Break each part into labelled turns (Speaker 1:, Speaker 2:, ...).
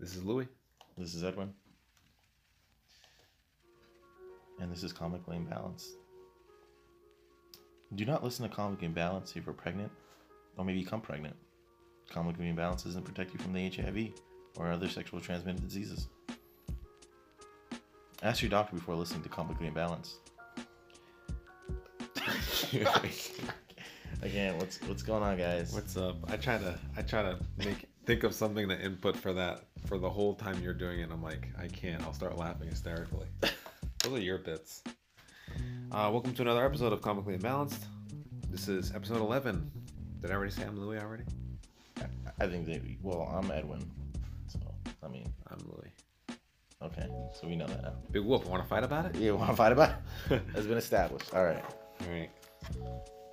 Speaker 1: This is Louis.
Speaker 2: This is Edwin. And this is Comically Imbalanced. Do not listen to Comically Imbalanced if you're pregnant, or maybe become pregnant. Comically Imbalanced doesn't protect you from the HIV or other sexual transmitted diseases. Ask your doctor before listening to Comically Imbalanced. Again, what's what's going on, guys?
Speaker 1: What's up? I try to I try to make think of something to input for that for the whole time you're doing it. I'm like, I can't. I'll start laughing hysterically. Those are your bits. Uh, welcome to another episode of Comically Imbalanced. This is episode 11. Did I already say I'm Louis already?
Speaker 2: I think that well, I'm Edwin, so I mean,
Speaker 1: I'm Louis.
Speaker 2: okay, so we know that now.
Speaker 1: Big Wolf, want to fight about it?
Speaker 2: You want to fight about? It? It's been established. All right.
Speaker 1: All right.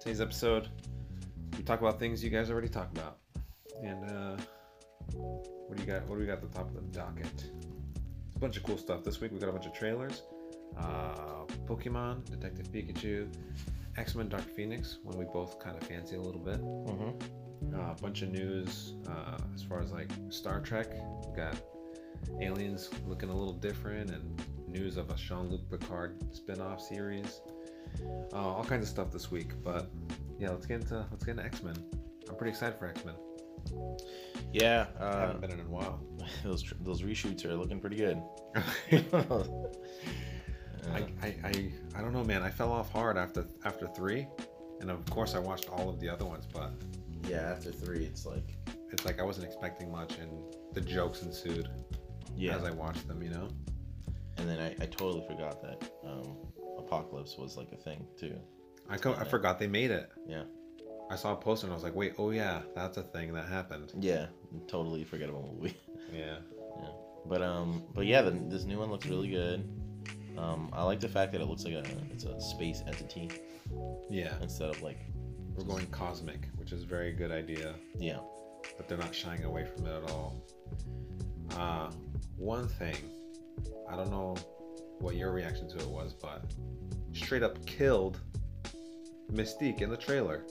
Speaker 1: Today's episode, we talk about things you guys already talked about. And uh, what do you got? What do we got at the top of the docket? It's a bunch of cool stuff this week. We got a bunch of trailers. Uh, Pokemon, Detective Pikachu, X Men, Dark Phoenix, one we both kind of fancy a little bit.
Speaker 2: Mm-hmm.
Speaker 1: Uh, a bunch of news uh, as far as like Star Trek. We got aliens looking a little different, and news of a Jean Luc Picard spin off series. Uh, all kinds of stuff this week. But yeah, let's get into let's get into X Men. I'm pretty excited for X Men.
Speaker 2: Yeah,
Speaker 1: I
Speaker 2: uh,
Speaker 1: haven't been in a while.
Speaker 2: those tr- those reshoots are looking pretty good. Uh,
Speaker 1: I, I, I I don't know, man. I fell off hard after after three, and of course I watched all of the other ones, but
Speaker 2: yeah, after three, it's like
Speaker 1: it's like I wasn't expecting much, and the jokes ensued
Speaker 2: yeah,
Speaker 1: as I watched them. You know.
Speaker 2: and then I, I totally forgot that um, apocalypse was like a thing too.
Speaker 1: I, co- I forgot they made it.
Speaker 2: Yeah,
Speaker 1: I saw a poster and I was like, wait, oh yeah, that's a thing that happened.
Speaker 2: yeah, totally forgettable movie.
Speaker 1: Yeah.
Speaker 2: Yeah. But um, but yeah, the, this new one looks really good. Um, I like the fact that it looks like a it's a space entity
Speaker 1: Yeah.
Speaker 2: instead of like
Speaker 1: We're going cosmic, which is a very good idea,
Speaker 2: yeah
Speaker 1: but they're not shying away from it at all. Uh, one thing, I don't know what your reaction to it was, but straight up killed Mystique in the trailer.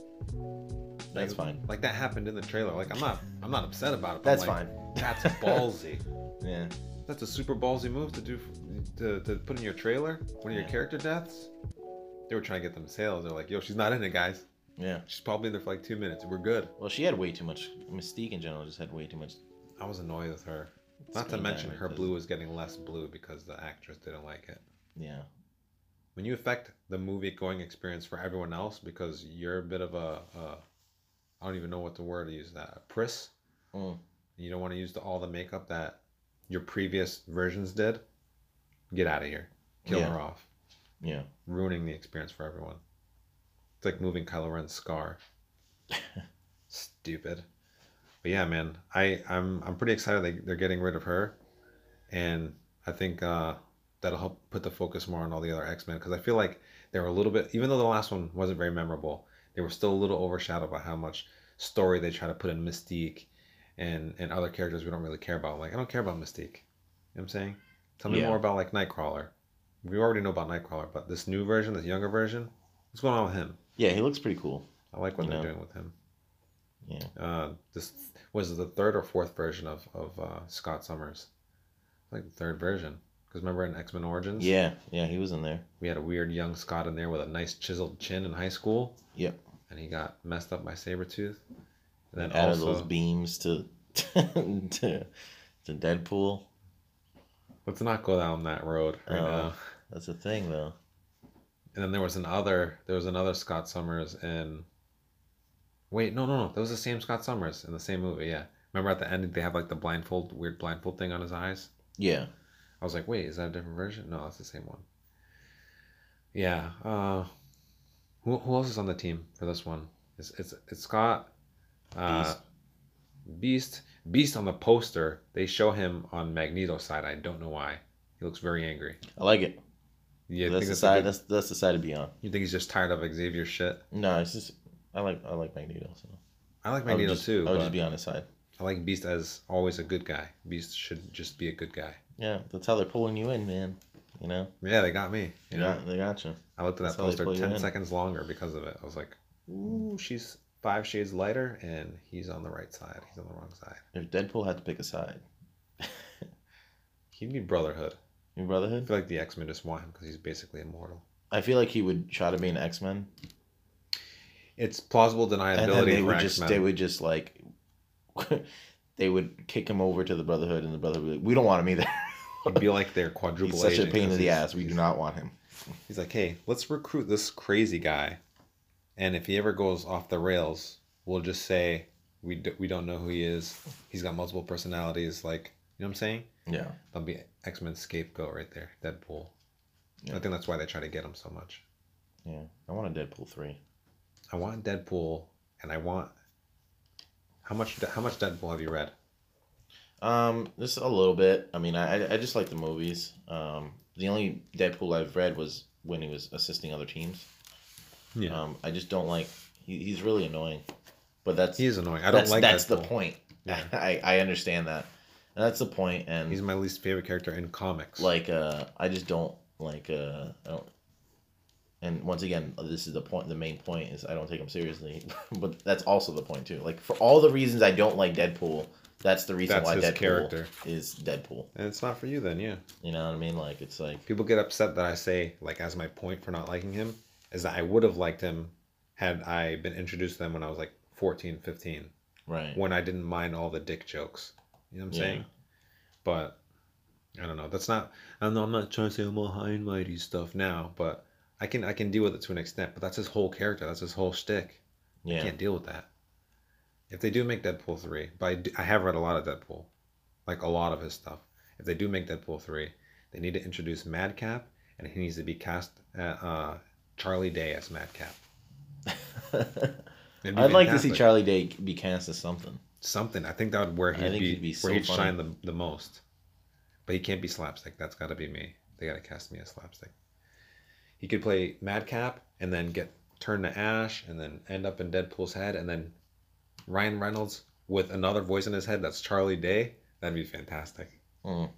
Speaker 1: Like-
Speaker 2: that's fine
Speaker 1: Like that happened in the trailer. Like I'm not, I'm not upset about it. But
Speaker 2: that's
Speaker 1: I'm like,
Speaker 2: fine
Speaker 1: That's ballsy.
Speaker 2: yeah
Speaker 1: That's a super ballsy move to do to, to put in your trailer one of your
Speaker 2: Yeah.
Speaker 1: character deaths. They were trying to get them sales. They're like, "Yo, she's not in it, guys.
Speaker 2: yeah
Speaker 1: She's probably in there for like two minutes. We're good."
Speaker 2: well she had way too much Mystique in general just had way too much
Speaker 1: I was annoyed with her. Not to
Speaker 2: screen
Speaker 1: mention
Speaker 2: time
Speaker 1: her
Speaker 2: because-
Speaker 1: blue is getting less blue because the actress didn't like it.
Speaker 2: yeah
Speaker 1: When you affect the movie going experience for everyone else because you're a bit of a, a I don't even know what the word to use that a priss.
Speaker 2: Mm.
Speaker 1: You don't want to use the, all the makeup that your previous versions did. Get out of here. Kill
Speaker 2: Yeah.
Speaker 1: her off.
Speaker 2: yeah
Speaker 1: ruining the experience for everyone. It's like moving Kylo Ren's scar. Stupid. But yeah, man, I I'm I'm pretty excited they, they're getting rid of her, and I think uh, that'll help put the focus more on all the other X Men because I feel like they were a little bit, even though the last one wasn't very memorable, they were still a little overshadowed by how much story they try to put in Mystique, and and other characters we don't really care about. Like I don't care about Mystique. You know what I'm saying? Tell me
Speaker 2: Yeah.
Speaker 1: more about like Nightcrawler. We already know about Nightcrawler, but this new version, this younger version, what's going on with him?
Speaker 2: yeah he looks pretty cool
Speaker 1: I like what
Speaker 2: You
Speaker 1: they're
Speaker 2: know.
Speaker 1: doing with him.
Speaker 2: yeah
Speaker 1: Uh, this was the third or fourth version of of uh, Scott Summers, like the third version. Because remember in X Men Origins,
Speaker 2: yeah yeah he was in there
Speaker 1: we had a weird young Scott in there with a nice chiseled chin in high school.
Speaker 2: Yep.
Speaker 1: And he got messed up by Sabretooth. And then
Speaker 2: added
Speaker 1: also,
Speaker 2: those beams to to to Deadpool
Speaker 1: let's not go down that road right
Speaker 2: Uh.
Speaker 1: now.
Speaker 2: that's a thing though
Speaker 1: And then there was another there was another Scott Summers in Wait, no no no, that was the same Scott Summers in the same movie, yeah. Remember at the end they have like the blindfold weird blindfold thing on his eyes?
Speaker 2: yeah
Speaker 1: I was like, wait, is that a different version? No, that's the same one. Yeah. Uh who, who else is on the team for this one? It's it's it's Scott uh Beast.
Speaker 2: Beast.
Speaker 1: Beast on the poster, they show him on Magneto's side. I don't know why. He looks very angry.
Speaker 2: I like it
Speaker 1: Yeah,
Speaker 2: that's the
Speaker 1: that's a
Speaker 2: side
Speaker 1: good-
Speaker 2: that's that's the side to be on
Speaker 1: you think he's just tired of Xavier's shit?
Speaker 2: no it's just I like I like Magneto so
Speaker 1: I like
Speaker 2: I would
Speaker 1: Magneto
Speaker 2: just-
Speaker 1: too.
Speaker 2: I would
Speaker 1: but
Speaker 2: just be on his side.
Speaker 1: I like Beast as always a good guy. Beast should just be a good guy.
Speaker 2: Yeah, that's how they're pulling you in, man. You know,
Speaker 1: Yeah, they got me.
Speaker 2: they
Speaker 1: You know,
Speaker 2: got, they got you.
Speaker 1: I looked at that
Speaker 2: That's how they
Speaker 1: poster
Speaker 2: pull you
Speaker 1: ten
Speaker 2: in.
Speaker 1: seconds longer because of it. I was like, "Ooh, she's five shades lighter, and he's on the right side. He's on the wrong side."
Speaker 2: If Deadpool had to pick a side,
Speaker 1: He'd be Brotherhood.
Speaker 2: Your
Speaker 1: I
Speaker 2: Brotherhood?
Speaker 1: feel like the X Men just want him because he's basically immortal.
Speaker 2: I feel like he would try to be an X Men,
Speaker 1: It's plausible
Speaker 2: and then
Speaker 1: deniability
Speaker 2: they
Speaker 1: for
Speaker 2: would
Speaker 1: X
Speaker 2: just they
Speaker 1: Men.
Speaker 2: would just like they would kick him over to the Brotherhood, and the Brotherhood would be like, we don't want him either.
Speaker 1: He'd be like their quadruple
Speaker 2: He's such a
Speaker 1: agent
Speaker 2: pain
Speaker 1: 'cause
Speaker 2: in the
Speaker 1: he's-
Speaker 2: ass. We
Speaker 1: he's-
Speaker 2: do not want him.
Speaker 1: He's like, hey, let's recruit this crazy guy, and if he ever goes off the rails, we'll just say we do, we don't know who he is. He's got multiple personalities. Like, you know what I'm saying?
Speaker 2: Yeah.
Speaker 1: That'll be X Men scapegoat right there. Deadpool.
Speaker 2: Yeah.
Speaker 1: I think that's why they try to get him so much.
Speaker 2: Yeah, I want a Deadpool three.
Speaker 1: I want Deadpool, and I want how much? How much Deadpool have you read?
Speaker 2: Um, just a little bit. I mean, I I- I just like the movies. Um, the only Deadpool I've read was when he was assisting other teams.
Speaker 1: Uh,
Speaker 2: Um, I just don't like. He, he's really annoying, but that's
Speaker 1: he is annoying. I don't
Speaker 2: that's
Speaker 1: like
Speaker 2: that's the
Speaker 1: Deadpool.
Speaker 2: point.
Speaker 1: Yeah.
Speaker 2: I I understand that. And that's the point, and
Speaker 1: He's my least favorite character in comics.
Speaker 2: like uh, I just don't like uh, I don't. And once again, this is the point. The main point is I don't take him seriously, but that's also the point too. Like for all the reasons I don't like Deadpool, that's the reason
Speaker 1: That's
Speaker 2: why
Speaker 1: his
Speaker 2: Deadpool
Speaker 1: character.
Speaker 2: is Deadpool.
Speaker 1: and it's not for you then, yeah.
Speaker 2: You know what I mean? Like it's like
Speaker 1: People get upset that I say like as my point for not liking him is that I would have liked him had I been introduced to them when I was like 14, 15,
Speaker 2: right.
Speaker 1: when I didn't mind all the dick jokes. You know what I'm
Speaker 2: Yeah.
Speaker 1: saying? But I don't know. That's not. I don't know. I'm not trying to say I'm all high and mighty stuff now, but I can I can deal with it to an extent. But that's his whole character. That's his whole shtick.
Speaker 2: Yeah.
Speaker 1: can't deal with that. If they do make Deadpool three, but I, do- I have read a lot of Deadpool, like a lot of his stuff. If they do make Deadpool three, they need to introduce Madcap, and he needs to be cast uh, uh, Charlie Day as Madcap. It'd be
Speaker 2: I'd like to see
Speaker 1: fantastic.
Speaker 2: Charlie Day be cast as something.
Speaker 1: something. I think that would where
Speaker 2: I
Speaker 1: he'd
Speaker 2: think
Speaker 1: be,
Speaker 2: he'd be so
Speaker 1: where he'd
Speaker 2: funny.
Speaker 1: shine the, the most. But he can't be slapstick. That's got to be me. They got to cast me as slapstick. He could play Madcap and then get turned to Ash and then end up in Deadpool's head and then Ryan Reynolds with another voice in his head that's Charlie Day. That'd be fantastic.
Speaker 2: Mm.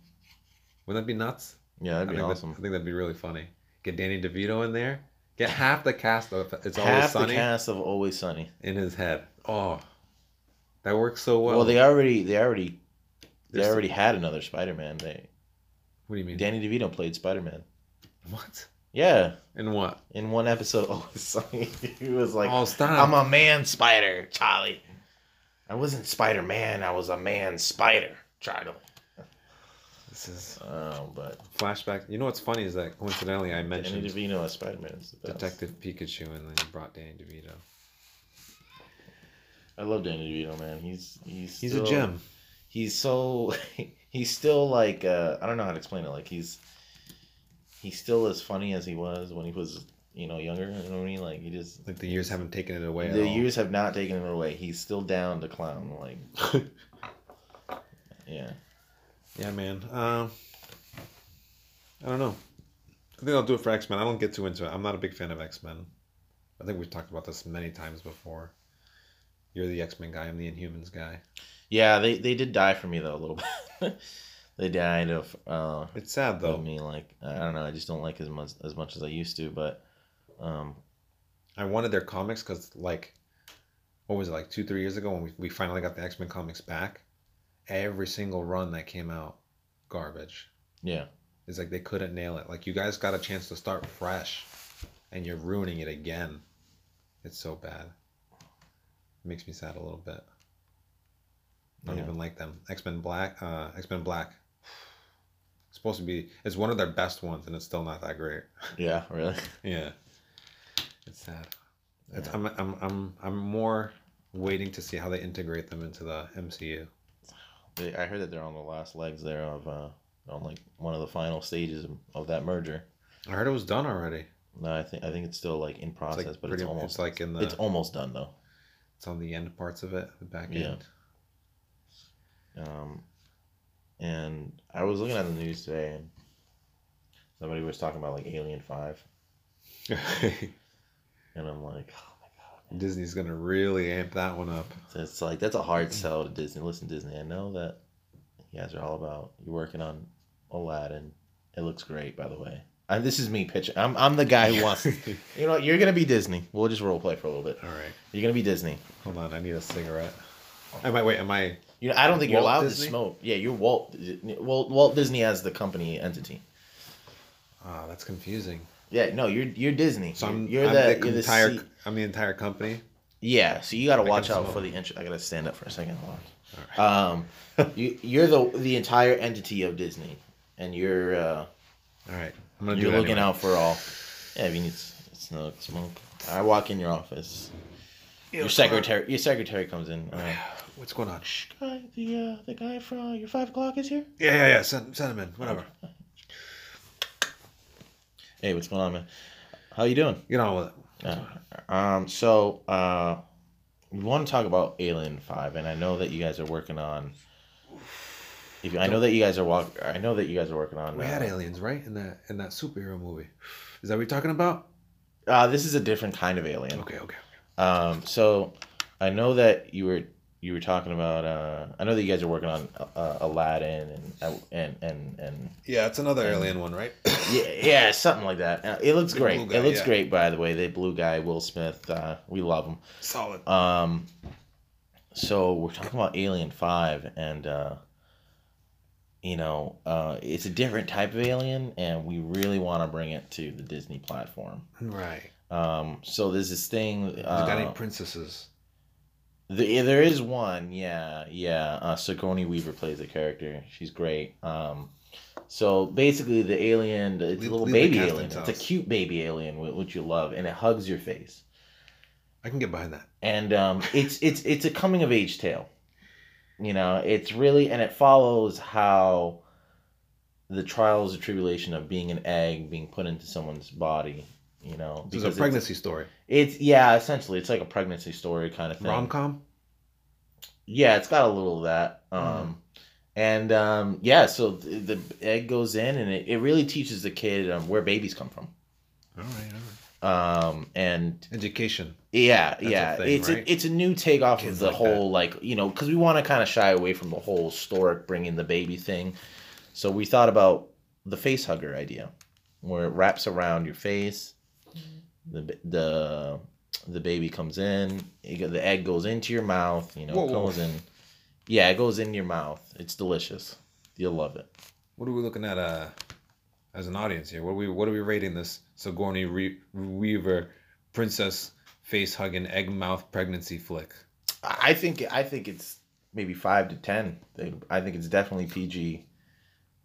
Speaker 1: Wouldn't that be nuts?
Speaker 2: Yeah, that'd
Speaker 1: I
Speaker 2: be
Speaker 1: think that-
Speaker 2: awesome.
Speaker 1: I think that'd be really funny. Get Danny DeVito in there. Get half the cast of It's Always
Speaker 2: Half the
Speaker 1: Sunny
Speaker 2: cast of Always Sunny.
Speaker 1: in his head. Oh, that works so well.
Speaker 2: Well, they already they already they
Speaker 1: There's-
Speaker 2: already had another Spider Man. They
Speaker 1: What do you mean?
Speaker 2: Danny DeVito played Spider Man.
Speaker 1: what?
Speaker 2: Yeah,
Speaker 1: And what?
Speaker 2: in one episode of Always Sunny, he was like,
Speaker 1: oh, stop.
Speaker 2: "I'm a man spider, Charlie. I wasn't Spider Man. I was a man spider, Charlie."
Speaker 1: This is
Speaker 2: Oh, but
Speaker 1: flashback. You know what's funny is that coincidentally I
Speaker 2: Danny
Speaker 1: mentioned
Speaker 2: DeVito as Spider Man is the best.
Speaker 1: Detective Pikachu and then you brought Danny DeVito.
Speaker 2: I love Danny DeVito, man. He's he's
Speaker 1: He's
Speaker 2: still-
Speaker 1: a gem.
Speaker 2: He's so he's still like uh, I don't know how to explain it. Like he's he's still as funny as he was when he was you know younger. You know what I mean? Like he just
Speaker 1: Like the years haven't taken it away.
Speaker 2: the
Speaker 1: at all.
Speaker 2: years have not taken him away. He's still down to clown. Like yeah,
Speaker 1: Yeah, man. Um, I don't know. I think I'll do it for X Men. I don't get too into it. I'm not a big fan of X Men. I think we've talked about this many times before. You're the X Men guy. I'm the Inhumans guy.
Speaker 2: yeah. They they did die for me though a little bit. they died of uh,
Speaker 1: It's sad
Speaker 2: of
Speaker 1: though.
Speaker 2: me. Like I don't know. I just don't like as much as much as I used to. But um,
Speaker 1: I wanted their comics because, like, what was it, like two, three years ago when we, we finally got the X Men comics back? Every single run that came out, garbage.
Speaker 2: yeah,
Speaker 1: It's like they couldn't nail it. Like, you guys got a chance to start fresh and you're ruining it again. It's so bad. makes me sad a little bit. I don't
Speaker 2: Yeah.
Speaker 1: even like them. X Men Black, uh, X Men Black. It's supposed to be, it's one of their best ones and it's still not that great.
Speaker 2: yeah. Really.
Speaker 1: Yeah, it's sad. It's, I'm, I'm, I'm, I'm more waiting to see how they integrate them into the MCU.
Speaker 2: They, I heard that they're on the last legs there of uh, on like one of the final stages of, of that merger.
Speaker 1: I heard it was done already.
Speaker 2: No, I think I think it's still like in
Speaker 1: It's
Speaker 2: process,
Speaker 1: like
Speaker 2: but
Speaker 1: pretty, uh,
Speaker 2: it's
Speaker 1: it's,
Speaker 2: almost
Speaker 1: like in the,
Speaker 2: it's
Speaker 1: it's,
Speaker 2: almost done though.
Speaker 1: on the end parts of it, the back
Speaker 2: Yeah.
Speaker 1: end.
Speaker 2: Um, and I was looking at the news today, and somebody was talking about like Alien Five, and I'm like, oh my god,
Speaker 1: Disney's gonna really amp that one up.
Speaker 2: So it's like that's a hard sell to Disney. Listen, Disney, I know that you guys are all about you're working on Aladdin. It looks great, by the way. I, this is me pitching. I'm I'm the guy who wants. You know, what? you're gonna be Disney. We'll just role play for a little bit.
Speaker 1: All right,
Speaker 2: You're gonna be Disney.
Speaker 1: hold on. I need a cigarette. I might Oh, wait. Am I
Speaker 2: You know, I don't think you're
Speaker 1: Walt
Speaker 2: allowed
Speaker 1: Disney?
Speaker 2: to smoke. Yeah, you're Walt. Walt Walt Disney as the company entity.
Speaker 1: Ah, that's confusing.
Speaker 2: Yeah, no, you're you're Disney.
Speaker 1: So I'm,
Speaker 2: you're,
Speaker 1: I'm
Speaker 2: the,
Speaker 1: the,
Speaker 2: you're the
Speaker 1: entire
Speaker 2: C-
Speaker 1: I'm the entire company.
Speaker 2: Yeah, so you got to
Speaker 1: I
Speaker 2: watch
Speaker 1: can
Speaker 2: out
Speaker 1: smell
Speaker 2: for
Speaker 1: it.
Speaker 2: the intro. I got to stand up for a second. Hold
Speaker 1: All right.
Speaker 2: on. Um, you, you're the the entire entity of Disney, and you're uh,
Speaker 1: All right. I'm gonna do
Speaker 2: you're
Speaker 1: it
Speaker 2: looking
Speaker 1: anyway.
Speaker 2: out for all. Yeah, if you need s- smoke, smoke. I walk in your office. Your secretary, your secretary comes in. Uh,
Speaker 1: What's going on?
Speaker 2: Shh, guy, the uh, the guy from your five o'clock is here.
Speaker 1: Yeah, yeah, yeah. Send, send him in. Whatever.
Speaker 2: Hey, what's going on, man? How you doing?
Speaker 1: Get on with it.
Speaker 2: Uh, um, so uh, we want to talk about Alien Five, and I know that you guys are working on. If you, I know that you guys are walk, I know that you guys are working on.
Speaker 1: We
Speaker 2: uh,
Speaker 1: had aliens, right? In that in that superhero movie. Is that what you're talking about?
Speaker 2: uh, this is a different kind of alien.
Speaker 1: Okay, okay.
Speaker 2: Um, so I know that you were you were talking about. Uh, I know that you guys are working on uh, Aladdin and and and and
Speaker 1: Yeah, it's another
Speaker 2: Um,
Speaker 1: alien one, right?
Speaker 2: yeah, yeah, something like that. Uh, It looks
Speaker 1: The
Speaker 2: great.
Speaker 1: blue guy,
Speaker 2: it looks
Speaker 1: yeah.
Speaker 2: great, by the way. The blue guy, Will Smith. Uh, we love him.
Speaker 1: Solid.
Speaker 2: Um, so we're talking about Alien Five, and uh, you know, uh, it's a different type of alien, and we really want to bring it to the Disney platform.
Speaker 1: Right.
Speaker 2: Um, so there's this thing.
Speaker 1: Is got any
Speaker 2: Uh,
Speaker 1: princesses?
Speaker 2: the, yeah, there is one, yeah, yeah. Uh, Sigourney Weaver plays the character. She's great. Um, so basically, the alien, it's
Speaker 1: Leave-
Speaker 2: a little
Speaker 1: leave the
Speaker 2: baby
Speaker 1: casting
Speaker 2: alien.
Speaker 1: to
Speaker 2: It's a
Speaker 1: us.
Speaker 2: cute baby alien, wh- which you love, and it hugs your face
Speaker 1: I can get behind that.
Speaker 2: and um, it's it's it's a coming of age tale. You know, it's really and it follows how the trials and tribulation of being an egg being put into someone's body. You know,
Speaker 1: This is a pregnancy story.
Speaker 2: It's, yeah, essentially, it's like a pregnancy story kind of thing.
Speaker 1: Rom com?
Speaker 2: Yeah, it's got a little of that. Um, and um, yeah, so the, the egg goes in, and it, it really teaches the kid um, where babies come from.
Speaker 1: All right, all right.
Speaker 2: Um, and
Speaker 1: Education.
Speaker 2: Yeah,
Speaker 1: a
Speaker 2: yeah,
Speaker 1: thing,
Speaker 2: it's
Speaker 1: right?
Speaker 2: a, it's a new take off of
Speaker 1: Kids
Speaker 2: the
Speaker 1: like
Speaker 2: whole like you know because we want to kind of shy away from the whole historic bringing the baby thing, so we thought about the face hugger idea, where it wraps around your face, the b- the the baby comes in, it, go- the egg goes into your mouth, you know,
Speaker 1: Whoa,
Speaker 2: it
Speaker 1: whoa.
Speaker 2: goes in, yeah, it goes in your mouth. It's delicious. You'll love it.
Speaker 1: What are we looking at uh as an audience here? What are we what are we rating this Sigourney Re- Weaver princess face hugging egg mouth pregnancy flick?
Speaker 2: I I think I think it's maybe five to ten. They- I think it's definitely PG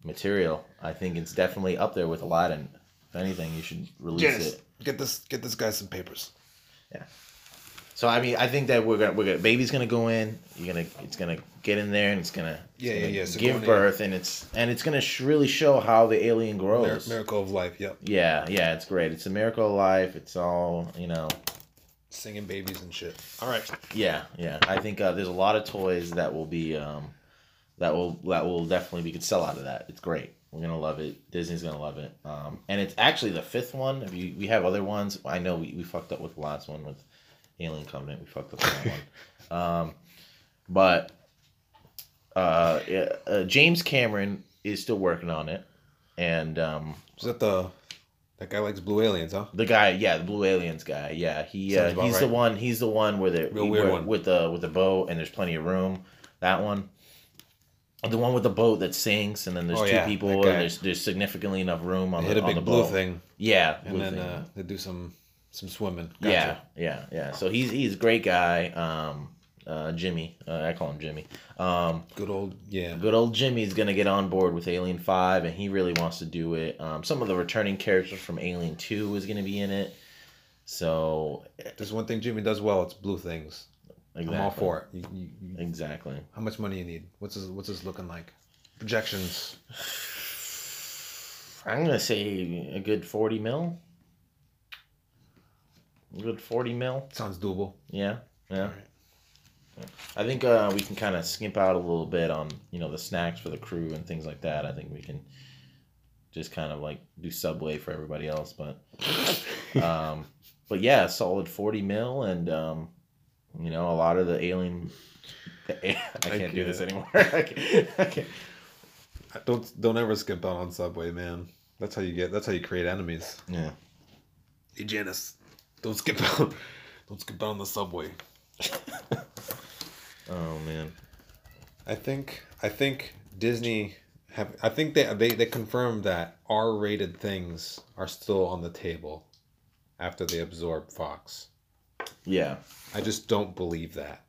Speaker 2: material. I think it's definitely up there with Aladdin. If anything, you should release it.
Speaker 1: Get this get this guy some papers.
Speaker 2: So I mean, I think that we're gonna we're gonna baby's gonna go in. You're gonna it's gonna get in there and it's gonna it's
Speaker 1: Yeah, yeah,
Speaker 2: gonna
Speaker 1: yeah,
Speaker 2: give
Speaker 1: Sigourney.
Speaker 2: birth and it's and it's gonna sh- really show how the alien
Speaker 1: Mir-
Speaker 2: grows.
Speaker 1: miracle of life, yep.
Speaker 2: yeah, yeah, it's great. It's a miracle of life. It's all you know.
Speaker 1: Singing babies and shit. All right.
Speaker 2: Yeah, yeah. I think uh, there's a lot of toys that will be um, that will that will definitely we could sell out of that. It's great. We're gonna love it. Disney's gonna love it. Um, and it's actually the fifth one. If you, we have other ones. I know we, we fucked up with the last one with Alien Covenant. We fucked up with that one. Um, but uh, yeah, uh, James Cameron is still working on it, and um,
Speaker 1: Is that the that guy likes blue aliens, huh?
Speaker 2: the guy, yeah, the blue aliens guy, yeah, he uh,
Speaker 1: Sounds about
Speaker 2: he's the
Speaker 1: right.
Speaker 2: one. He's the one where the
Speaker 1: Real weird
Speaker 2: where-
Speaker 1: one.
Speaker 2: with the with the boat and there's plenty of room. That one, the one with the boat that sinks and then there's
Speaker 1: Oh,
Speaker 2: two
Speaker 1: yeah,
Speaker 2: people
Speaker 1: that
Speaker 2: and
Speaker 1: guy.
Speaker 2: there's there's significantly enough room on
Speaker 1: They
Speaker 2: the
Speaker 1: hit a
Speaker 2: on the
Speaker 1: big blue
Speaker 2: boat.
Speaker 1: thing
Speaker 2: Yeah,
Speaker 1: and
Speaker 2: blue
Speaker 1: then
Speaker 2: thing.
Speaker 1: uh, they do some some swimming.
Speaker 2: yeah, yeah, yeah. So he's he's a great guy. Um, uh, Jimmy, uh, I call him Jimmy. Um,
Speaker 1: Good old yeah.
Speaker 2: Good old Jimmy's gonna get on board with Alien Five, and he really wants to do it. Um, some of the returning characters from Alien Two is gonna be in it, so
Speaker 1: There's one thing Jimmy does well, it's blue things. I'm all for it. You- you- you-
Speaker 2: Exactly.
Speaker 1: how much money you need? What's this what's this looking like? Projections.
Speaker 2: I'm gonna say a good forty mil. A good forty mil.
Speaker 1: Sounds doable.
Speaker 2: Yeah, yeah.
Speaker 1: Alright.
Speaker 2: I think uh, we can kind of skimp out a little bit on you know the snacks for the crew and things like that. I think we can just kind of like do Subway for everybody else, but um, but yeah, a solid forty mil, and um, you know a lot of the alien. I can't do this
Speaker 1: can't.
Speaker 2: anymore. I can't, I can't.
Speaker 1: Don't don't ever skip out on Subway, man. That's how you get. That's how you create enemies.
Speaker 2: Yeah.
Speaker 1: Hey Janice, don't skip out. Don't skip out on the Subway.
Speaker 2: Oh man.
Speaker 1: I think I think Disney have I think they they, they confirmed that R rated things are still on the table after they absorb Fox.
Speaker 2: Yeah.
Speaker 1: I just don't believe that.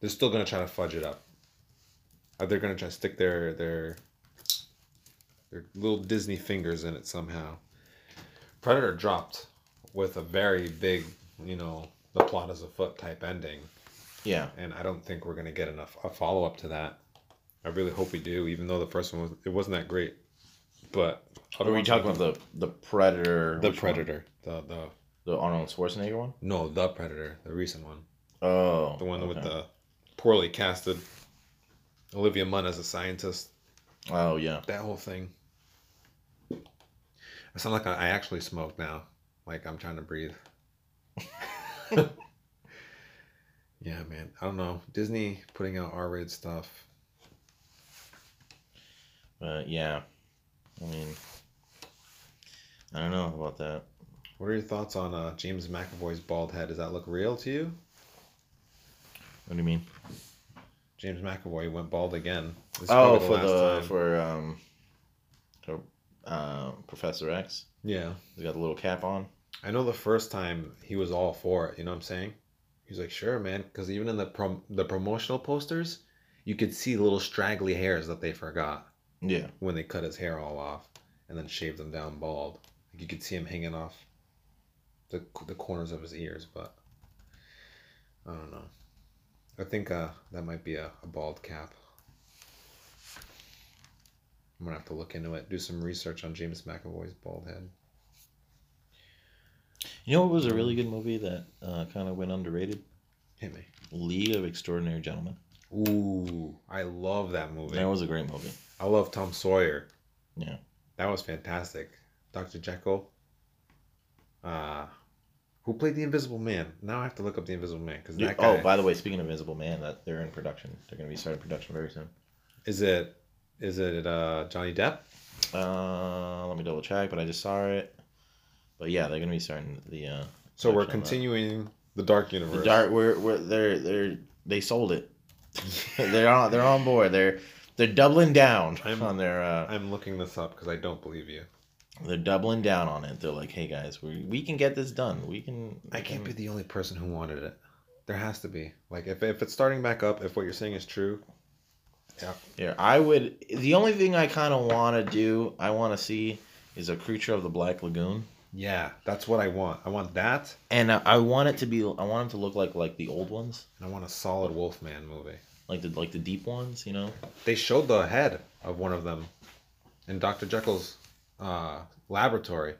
Speaker 1: They're still gonna try to fudge it up. Uh, They're gonna try to stick their their their little Disney fingers in it somehow. Predator dropped with a very big, you know, the plot is afoot type ending
Speaker 2: Yeah.
Speaker 1: and I don't think we're gonna get enough a follow up to that. I really hope we do, even though the first one was it wasn't that great. But
Speaker 2: Are Oh, we talking about the the Predator?
Speaker 1: the
Speaker 2: which one?
Speaker 1: Predator, the the
Speaker 2: The Arnold Schwarzenegger one?
Speaker 1: no the Predator, the recent one,
Speaker 2: Oh.
Speaker 1: the one with
Speaker 2: okay.
Speaker 1: the poorly casted Olivia Munn as a scientist,
Speaker 2: Oh yeah.
Speaker 1: that whole thing. I sound like I I actually smoke now, like I'm trying to breathe. yeah, man. I don't know. Disney putting out R-rated stuff.
Speaker 2: But Uh, yeah. I mean I don't know about that.
Speaker 1: What are your thoughts on uh, James McAvoy's bald head? Does that look real to you?
Speaker 2: What do you mean?
Speaker 1: James McAvoy went bald again. This is
Speaker 2: Oh,
Speaker 1: probably
Speaker 2: for the
Speaker 1: time.
Speaker 2: for um for uh, Professor X.
Speaker 1: yeah.
Speaker 2: He's got the little cap on.
Speaker 1: I know the first time he was all for it. You know what I'm saying? He's like, sure, man, because even in the prom- the promotional posters, you could see little straggly hairs that they forgot
Speaker 2: Yeah.
Speaker 1: when they cut his hair all off and then shaved them down bald. Like you could see him hanging off the the corners of his ears, but I don't know. I think uh, that might be a, a bald cap. I'm gonna have to look into it, do some research on James McAvoy's bald head.
Speaker 2: You know what was a really good movie that uh, kind of went underrated?
Speaker 1: Hit me.
Speaker 2: League of Extraordinary Gentlemen.
Speaker 1: Ooh, I love that movie.
Speaker 2: That was a great movie.
Speaker 1: I love Tom Sawyer.
Speaker 2: Yeah.
Speaker 1: That was fantastic. Dr. Jekyll. Uh who played the Invisible Man? Now I have to look up the Invisible Man because
Speaker 2: Dude,
Speaker 1: that guy
Speaker 2: oh, by the way, speaking of Invisible Man, that they're in production. They're going to be starting production very soon.
Speaker 1: is it is it uh Johnny Depp?
Speaker 2: Uh, let me double check, but I just saw it. But yeah, they're going to be starting the. Uh,
Speaker 1: So we're
Speaker 2: production on that.
Speaker 1: continuing the Dark Universe.
Speaker 2: The dark. We're, we're they're they're they sold it. they're on they're on board. They're they're doubling down
Speaker 1: I'm-
Speaker 2: on their. Uh,
Speaker 1: I'm looking this up because I don't believe you.
Speaker 2: they're doubling down on it. They're like, hey guys, we we can get this done. We can.
Speaker 1: I can't
Speaker 2: we
Speaker 1: be the only person who wanted it. There has to be. Like if if it's starting back up, if what you're saying is true,
Speaker 2: Yeah, I would. The only thing I kind of want to do, I want to see, is a creature of the Black Lagoon,
Speaker 1: yeah, that's what I want. I want that
Speaker 2: and I, I want it to be. I want it to look like like the old ones,
Speaker 1: and I want a solid Wolfman movie.
Speaker 2: like the like the deep ones, you know.
Speaker 1: They showed the head of one of them in Dr. Jekyll's uh, laboratory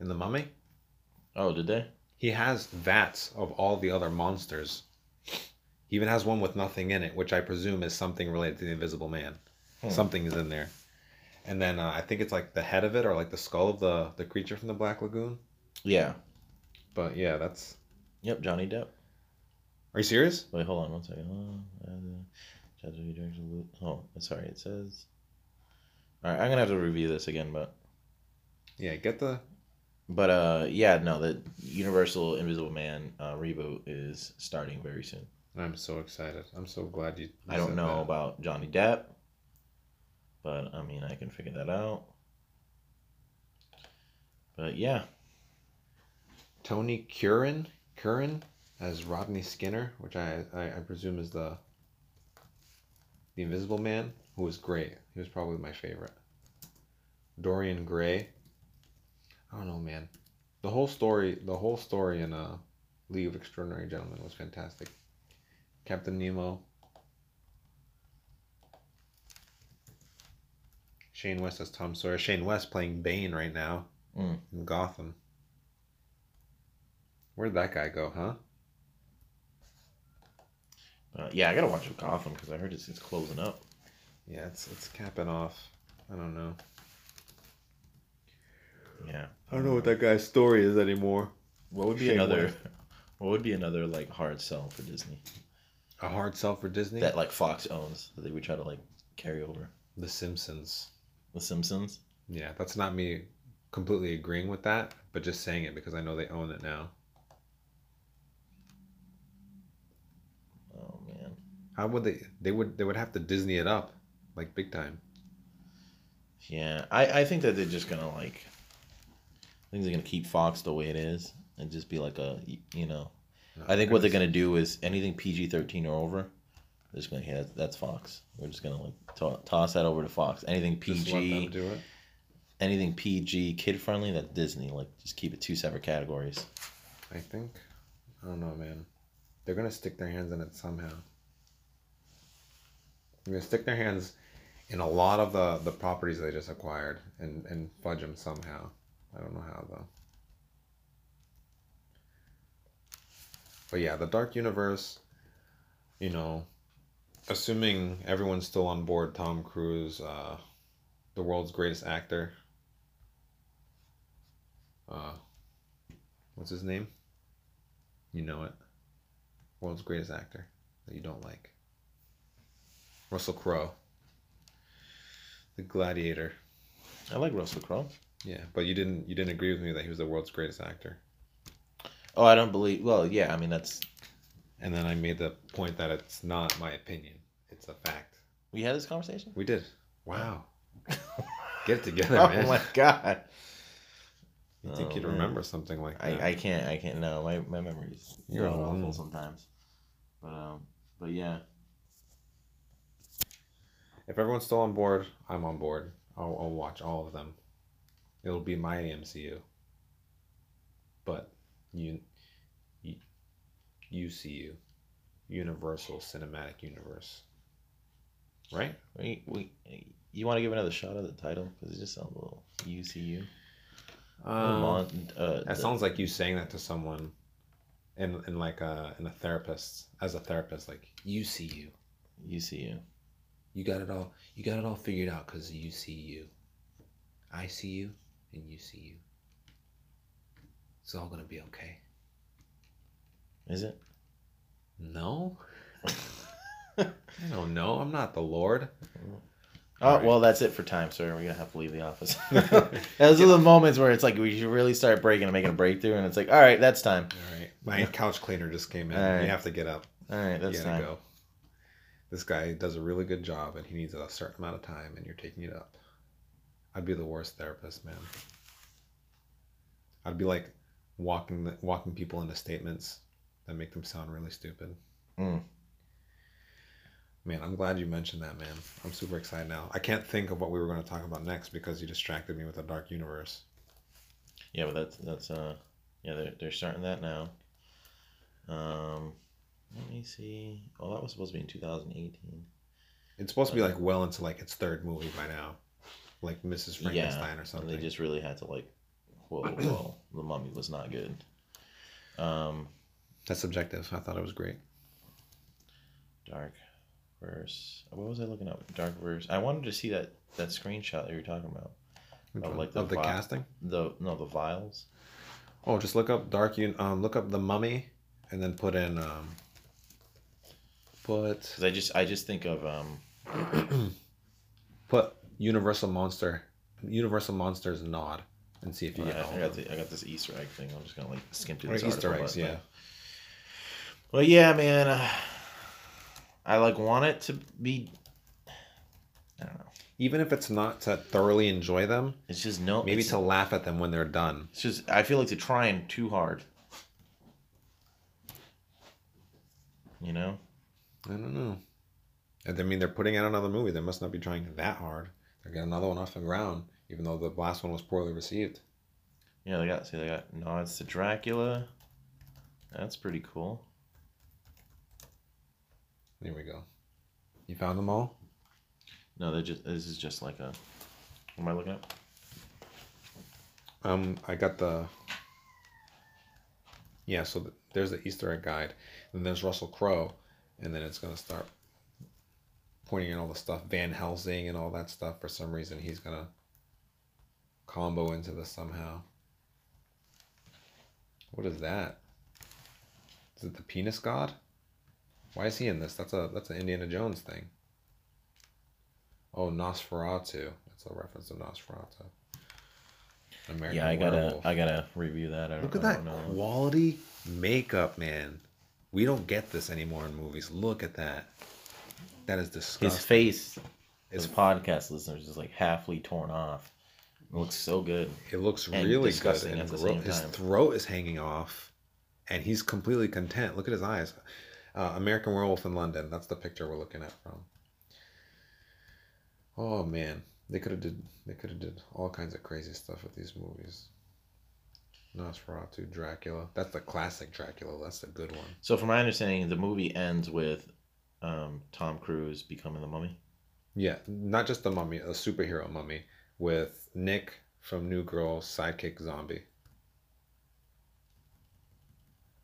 Speaker 1: in The Mummy.
Speaker 2: Oh, did they?
Speaker 1: He has vats of all the other monsters. He even has one with nothing in it, which I presume is something related to the Invisible Man.
Speaker 2: Hmm.
Speaker 1: Something is in there. And then uh, I think it's like the head of it or like the skull of the, the creature from the Black Lagoon.
Speaker 2: Yeah.
Speaker 1: But yeah, that's.
Speaker 2: Yep. Johnny Depp.
Speaker 1: Are you serious?
Speaker 2: Wait, hold on one second. Uh, uh, Chadwick Boseman- Oh, sorry. It says. All right, I'm gonna have to review this again, but
Speaker 1: Yeah, get the.
Speaker 2: but uh yeah no the Universal Invisible Man uh, reboot is starting very soon.
Speaker 1: I'm so excited. I'm so glad you.
Speaker 2: I don't
Speaker 1: said
Speaker 2: know
Speaker 1: that.
Speaker 2: about Johnny Depp, but I mean I can figure that out. But yeah,
Speaker 1: Tony Curran Curran as Rodney Skinner, which I, I, I presume is the the Invisible Man, who was great. He was probably my favorite. Dorian Gray. I don't know, man. The whole story, the whole story in uh, League of Extraordinary Gentlemen was fantastic. Captain Nemo. Shane West as Tom Sawyer. Shane West playing Bane right now
Speaker 2: Mm.
Speaker 1: in Gotham. Where'd that guy go, huh?
Speaker 2: uh, yeah I gotta watch Gotham because I heard it's, it's closing up.
Speaker 1: Yeah, it's it's capping off. I don't know.
Speaker 2: Yeah.
Speaker 1: I don't know what that guy's story is anymore.
Speaker 2: What would be
Speaker 1: Shane
Speaker 2: another?
Speaker 1: West.
Speaker 2: What would be another like hard sell for Disney?
Speaker 1: A hard sell for Disney.
Speaker 2: that like Fox owns that they would try to like carry over.
Speaker 1: the Simpsons.
Speaker 2: The Simpsons.
Speaker 1: Yeah, that's not me completely agreeing with that, but just saying it because I know they own it now.
Speaker 2: Oh man.
Speaker 1: How would they? They would. They would have to Disney it up, like big time.
Speaker 2: Yeah, I, I think that they're just gonna like. I think they're gonna keep Fox the way it is and just be like a you know.
Speaker 1: No,
Speaker 2: I think what they're
Speaker 1: that's-
Speaker 2: gonna do is anything PG thirteen or over, they're just gonna hey that's, that's Fox. We're just gonna like to- toss that over to Fox. Anything
Speaker 1: just let them
Speaker 2: PG,
Speaker 1: do it.
Speaker 2: anything PG kid friendly, that's Disney. Like just keep it two separate categories.
Speaker 1: I think. I don't know, man. They're gonna stick their hands in it somehow. They're gonna stick their hands in a lot of the the properties they just acquired and and fudge them somehow. I don't know how though. But yeah, the Dark Universe. You know, assuming everyone's still on board, Tom Cruise, uh, the world's greatest actor. Uh, what's his name? You know it. World's greatest actor that you don't like. Russell Crowe. The Gladiator.
Speaker 2: I like Russell Crowe.
Speaker 1: Yeah, but you didn't you didn't agree with me that he was the world's greatest actor.
Speaker 2: Oh, I don't believe. Well, yeah, I mean that's
Speaker 1: And then I made the point that it's not my opinion. It's a fact.
Speaker 2: we had this conversation.
Speaker 1: We did. Wow. Get it together,
Speaker 2: Oh
Speaker 1: man.
Speaker 2: my god.
Speaker 1: you think
Speaker 2: Oh,
Speaker 1: you'd
Speaker 2: man.
Speaker 1: remember something like that.
Speaker 2: I, I can't I can't no my my memories
Speaker 1: You're
Speaker 2: you're
Speaker 1: all
Speaker 2: awful
Speaker 1: alone.
Speaker 2: sometimes, but um but yeah
Speaker 1: if everyone's still on board, I'm on board. I'll, I'll watch all of them. It'll be my MCU. But you, you, UCU, Universal Cinematic Universe. Right?
Speaker 2: we, we you want to give another shot at the title because it just sounds a little UCU
Speaker 1: Um,
Speaker 2: Mon- uh,
Speaker 1: that
Speaker 2: the-
Speaker 1: sounds like you saying that to someone, in in like a in a therapist as a therapist like UCU.
Speaker 2: UCU
Speaker 1: You got it all. You got it all figured out because you see you. I see you, and you see you. It's all gonna be okay.
Speaker 2: is it
Speaker 1: No, I don't know. I'm not the Lord.
Speaker 2: oh
Speaker 1: Alright.
Speaker 2: well that's it for time sir we're gonna have to leave the office those are the moments where it's like we should really start breaking and making a breakthrough and it's like all right that's time
Speaker 1: All right, my couch cleaner just came in.
Speaker 2: All right.
Speaker 1: You have to get up.
Speaker 2: all right
Speaker 1: You
Speaker 2: that's
Speaker 1: gotta
Speaker 2: time
Speaker 1: go. This guy does a really good job, and he needs a certain amount of time, and you're taking it up. I'd be the worst therapist, man. I'd be like walking the, walking people into statements that make them sound really stupid.
Speaker 2: Mm.
Speaker 1: Man, I'm glad you mentioned that, man. I'm super excited now. I can't think of what we were going to talk about next because you distracted me with the dark universe.
Speaker 2: yeah but that's that's uh yeah they're they're starting that now um let me see oh that was supposed to be in 2018.
Speaker 1: It's supposed to be like well into like its third movie by now, like Mrs.
Speaker 2: Yeah,
Speaker 1: Frankenstein or
Speaker 2: And
Speaker 1: something.
Speaker 2: they just really had to like, whoa, whoa, the mummy was not good. Um,
Speaker 1: That's subjective. I thought it was great.
Speaker 2: dark verse. What was I looking up? Dark verse. I wanted to see that that screenshot that you were talking about.
Speaker 1: Which
Speaker 2: Of,
Speaker 1: one?
Speaker 2: like, the
Speaker 1: of the
Speaker 2: vi-
Speaker 1: casting.
Speaker 2: The no, the vials.
Speaker 1: Oh, just look up dark. Un- um, look up the mummy, and then put in um. Put
Speaker 2: Because I just I just think of um.
Speaker 1: put Universal Monster, Universal Monsters nod, and see if you get
Speaker 2: I,
Speaker 1: all.
Speaker 2: I
Speaker 1: of
Speaker 2: got
Speaker 1: them.
Speaker 2: the, I got this Easter egg thing. I'm just gonna like skim through
Speaker 1: Or
Speaker 2: this
Speaker 1: Easter
Speaker 2: article,
Speaker 1: eggs,
Speaker 2: but-
Speaker 1: yeah.
Speaker 2: Well, yeah, man. Uh, I like want it to be. I don't know.
Speaker 1: Even if it's not to thoroughly enjoy them,
Speaker 2: It's just no.
Speaker 1: maybe
Speaker 2: it's,
Speaker 1: to laugh at them when they're done.
Speaker 2: it's just I feel like they're trying too hard. You know.
Speaker 1: I don't know. And I mean, they're putting out another movie. They must not be trying that hard. They're getting another one off the ground, even though the last one was poorly received.
Speaker 2: Yeah, they got see they got nods to Dracula. That's pretty cool.
Speaker 1: There we go. You found them all.
Speaker 2: No, they just this is just like a. What am I looking up?
Speaker 1: Um, I got the. Yeah, so th- there's the Easter egg guide, and there's Russell Crowe, and then it's gonna start pointing at all the stuff, Van Helsing and all that stuff. For some reason, he's gonna combo into this somehow. What is that? Is it the penis god? Why is he in this? That's a that's an Indiana Jones thing. Oh, Nosferatu. That's a reference to Nosferatu. American
Speaker 2: yeah, I gotta
Speaker 1: Werewolf.
Speaker 2: I gotta review that. I,
Speaker 1: Look at
Speaker 2: I
Speaker 1: that
Speaker 2: don't know.
Speaker 1: quality makeup, man. We don't get this anymore in movies. Look at that. That is disgusting.
Speaker 2: His face,
Speaker 1: It's-
Speaker 2: as podcast listeners, is like halfly torn off. It looks so good.
Speaker 1: It looks
Speaker 2: and
Speaker 1: really good.
Speaker 2: disgusting
Speaker 1: And
Speaker 2: at the
Speaker 1: gro-
Speaker 2: same
Speaker 1: his
Speaker 2: time.
Speaker 1: throat is hanging off, and he's completely content. Look at his eyes. Uh, American Werewolf in London. That's the picture we're looking at from. Oh man, they could have did they could have did all kinds of crazy stuff with these movies. Nosferatu, Dracula. That's the classic Dracula. That's the good one.
Speaker 2: So, from my understanding, the movie ends with um, Tom Cruise becoming the mummy.
Speaker 1: Yeah, not just the mummy, a superhero mummy with Nick from New Girl, sidekick zombie.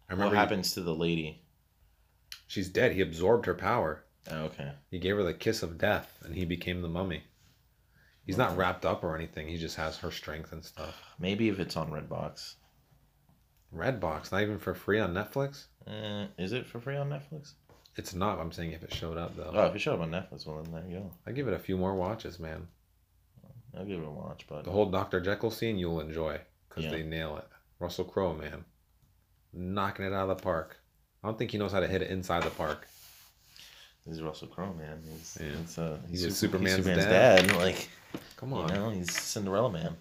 Speaker 1: I
Speaker 2: What
Speaker 1: remember he-
Speaker 2: happens to the lady?
Speaker 1: She's dead. He absorbed her power.
Speaker 2: Oh, okay.
Speaker 1: He gave her the kiss of death, and he became the mummy. He's not wrapped up or anything. He just has her strength and stuff.
Speaker 2: Maybe if it's on Redbox.
Speaker 1: Redbox, not even for free on Netflix.
Speaker 2: Eh, is it for free on Netflix?
Speaker 1: It's not. I'm saying if it showed up though,
Speaker 2: Oh, if it showed up on Netflix, well then there you go.
Speaker 1: I give it a few more watches, man.
Speaker 2: I'll give it a watch, but
Speaker 1: The whole Doctor Jekyll scene you'll enjoy because
Speaker 2: Yeah.
Speaker 1: they nail it. Russell Crowe, man, knocking it out of the park. I don't think he knows how to hit it inside the park.
Speaker 2: he's Russell Crowe, man. He's,
Speaker 1: Yeah.
Speaker 2: it's, uh, he's,
Speaker 1: He was
Speaker 2: Super- he's
Speaker 1: Superman's
Speaker 2: Superman's
Speaker 1: dad.
Speaker 2: dad. Like,
Speaker 1: Come
Speaker 2: you
Speaker 1: on,
Speaker 2: know, he's Cinderella man.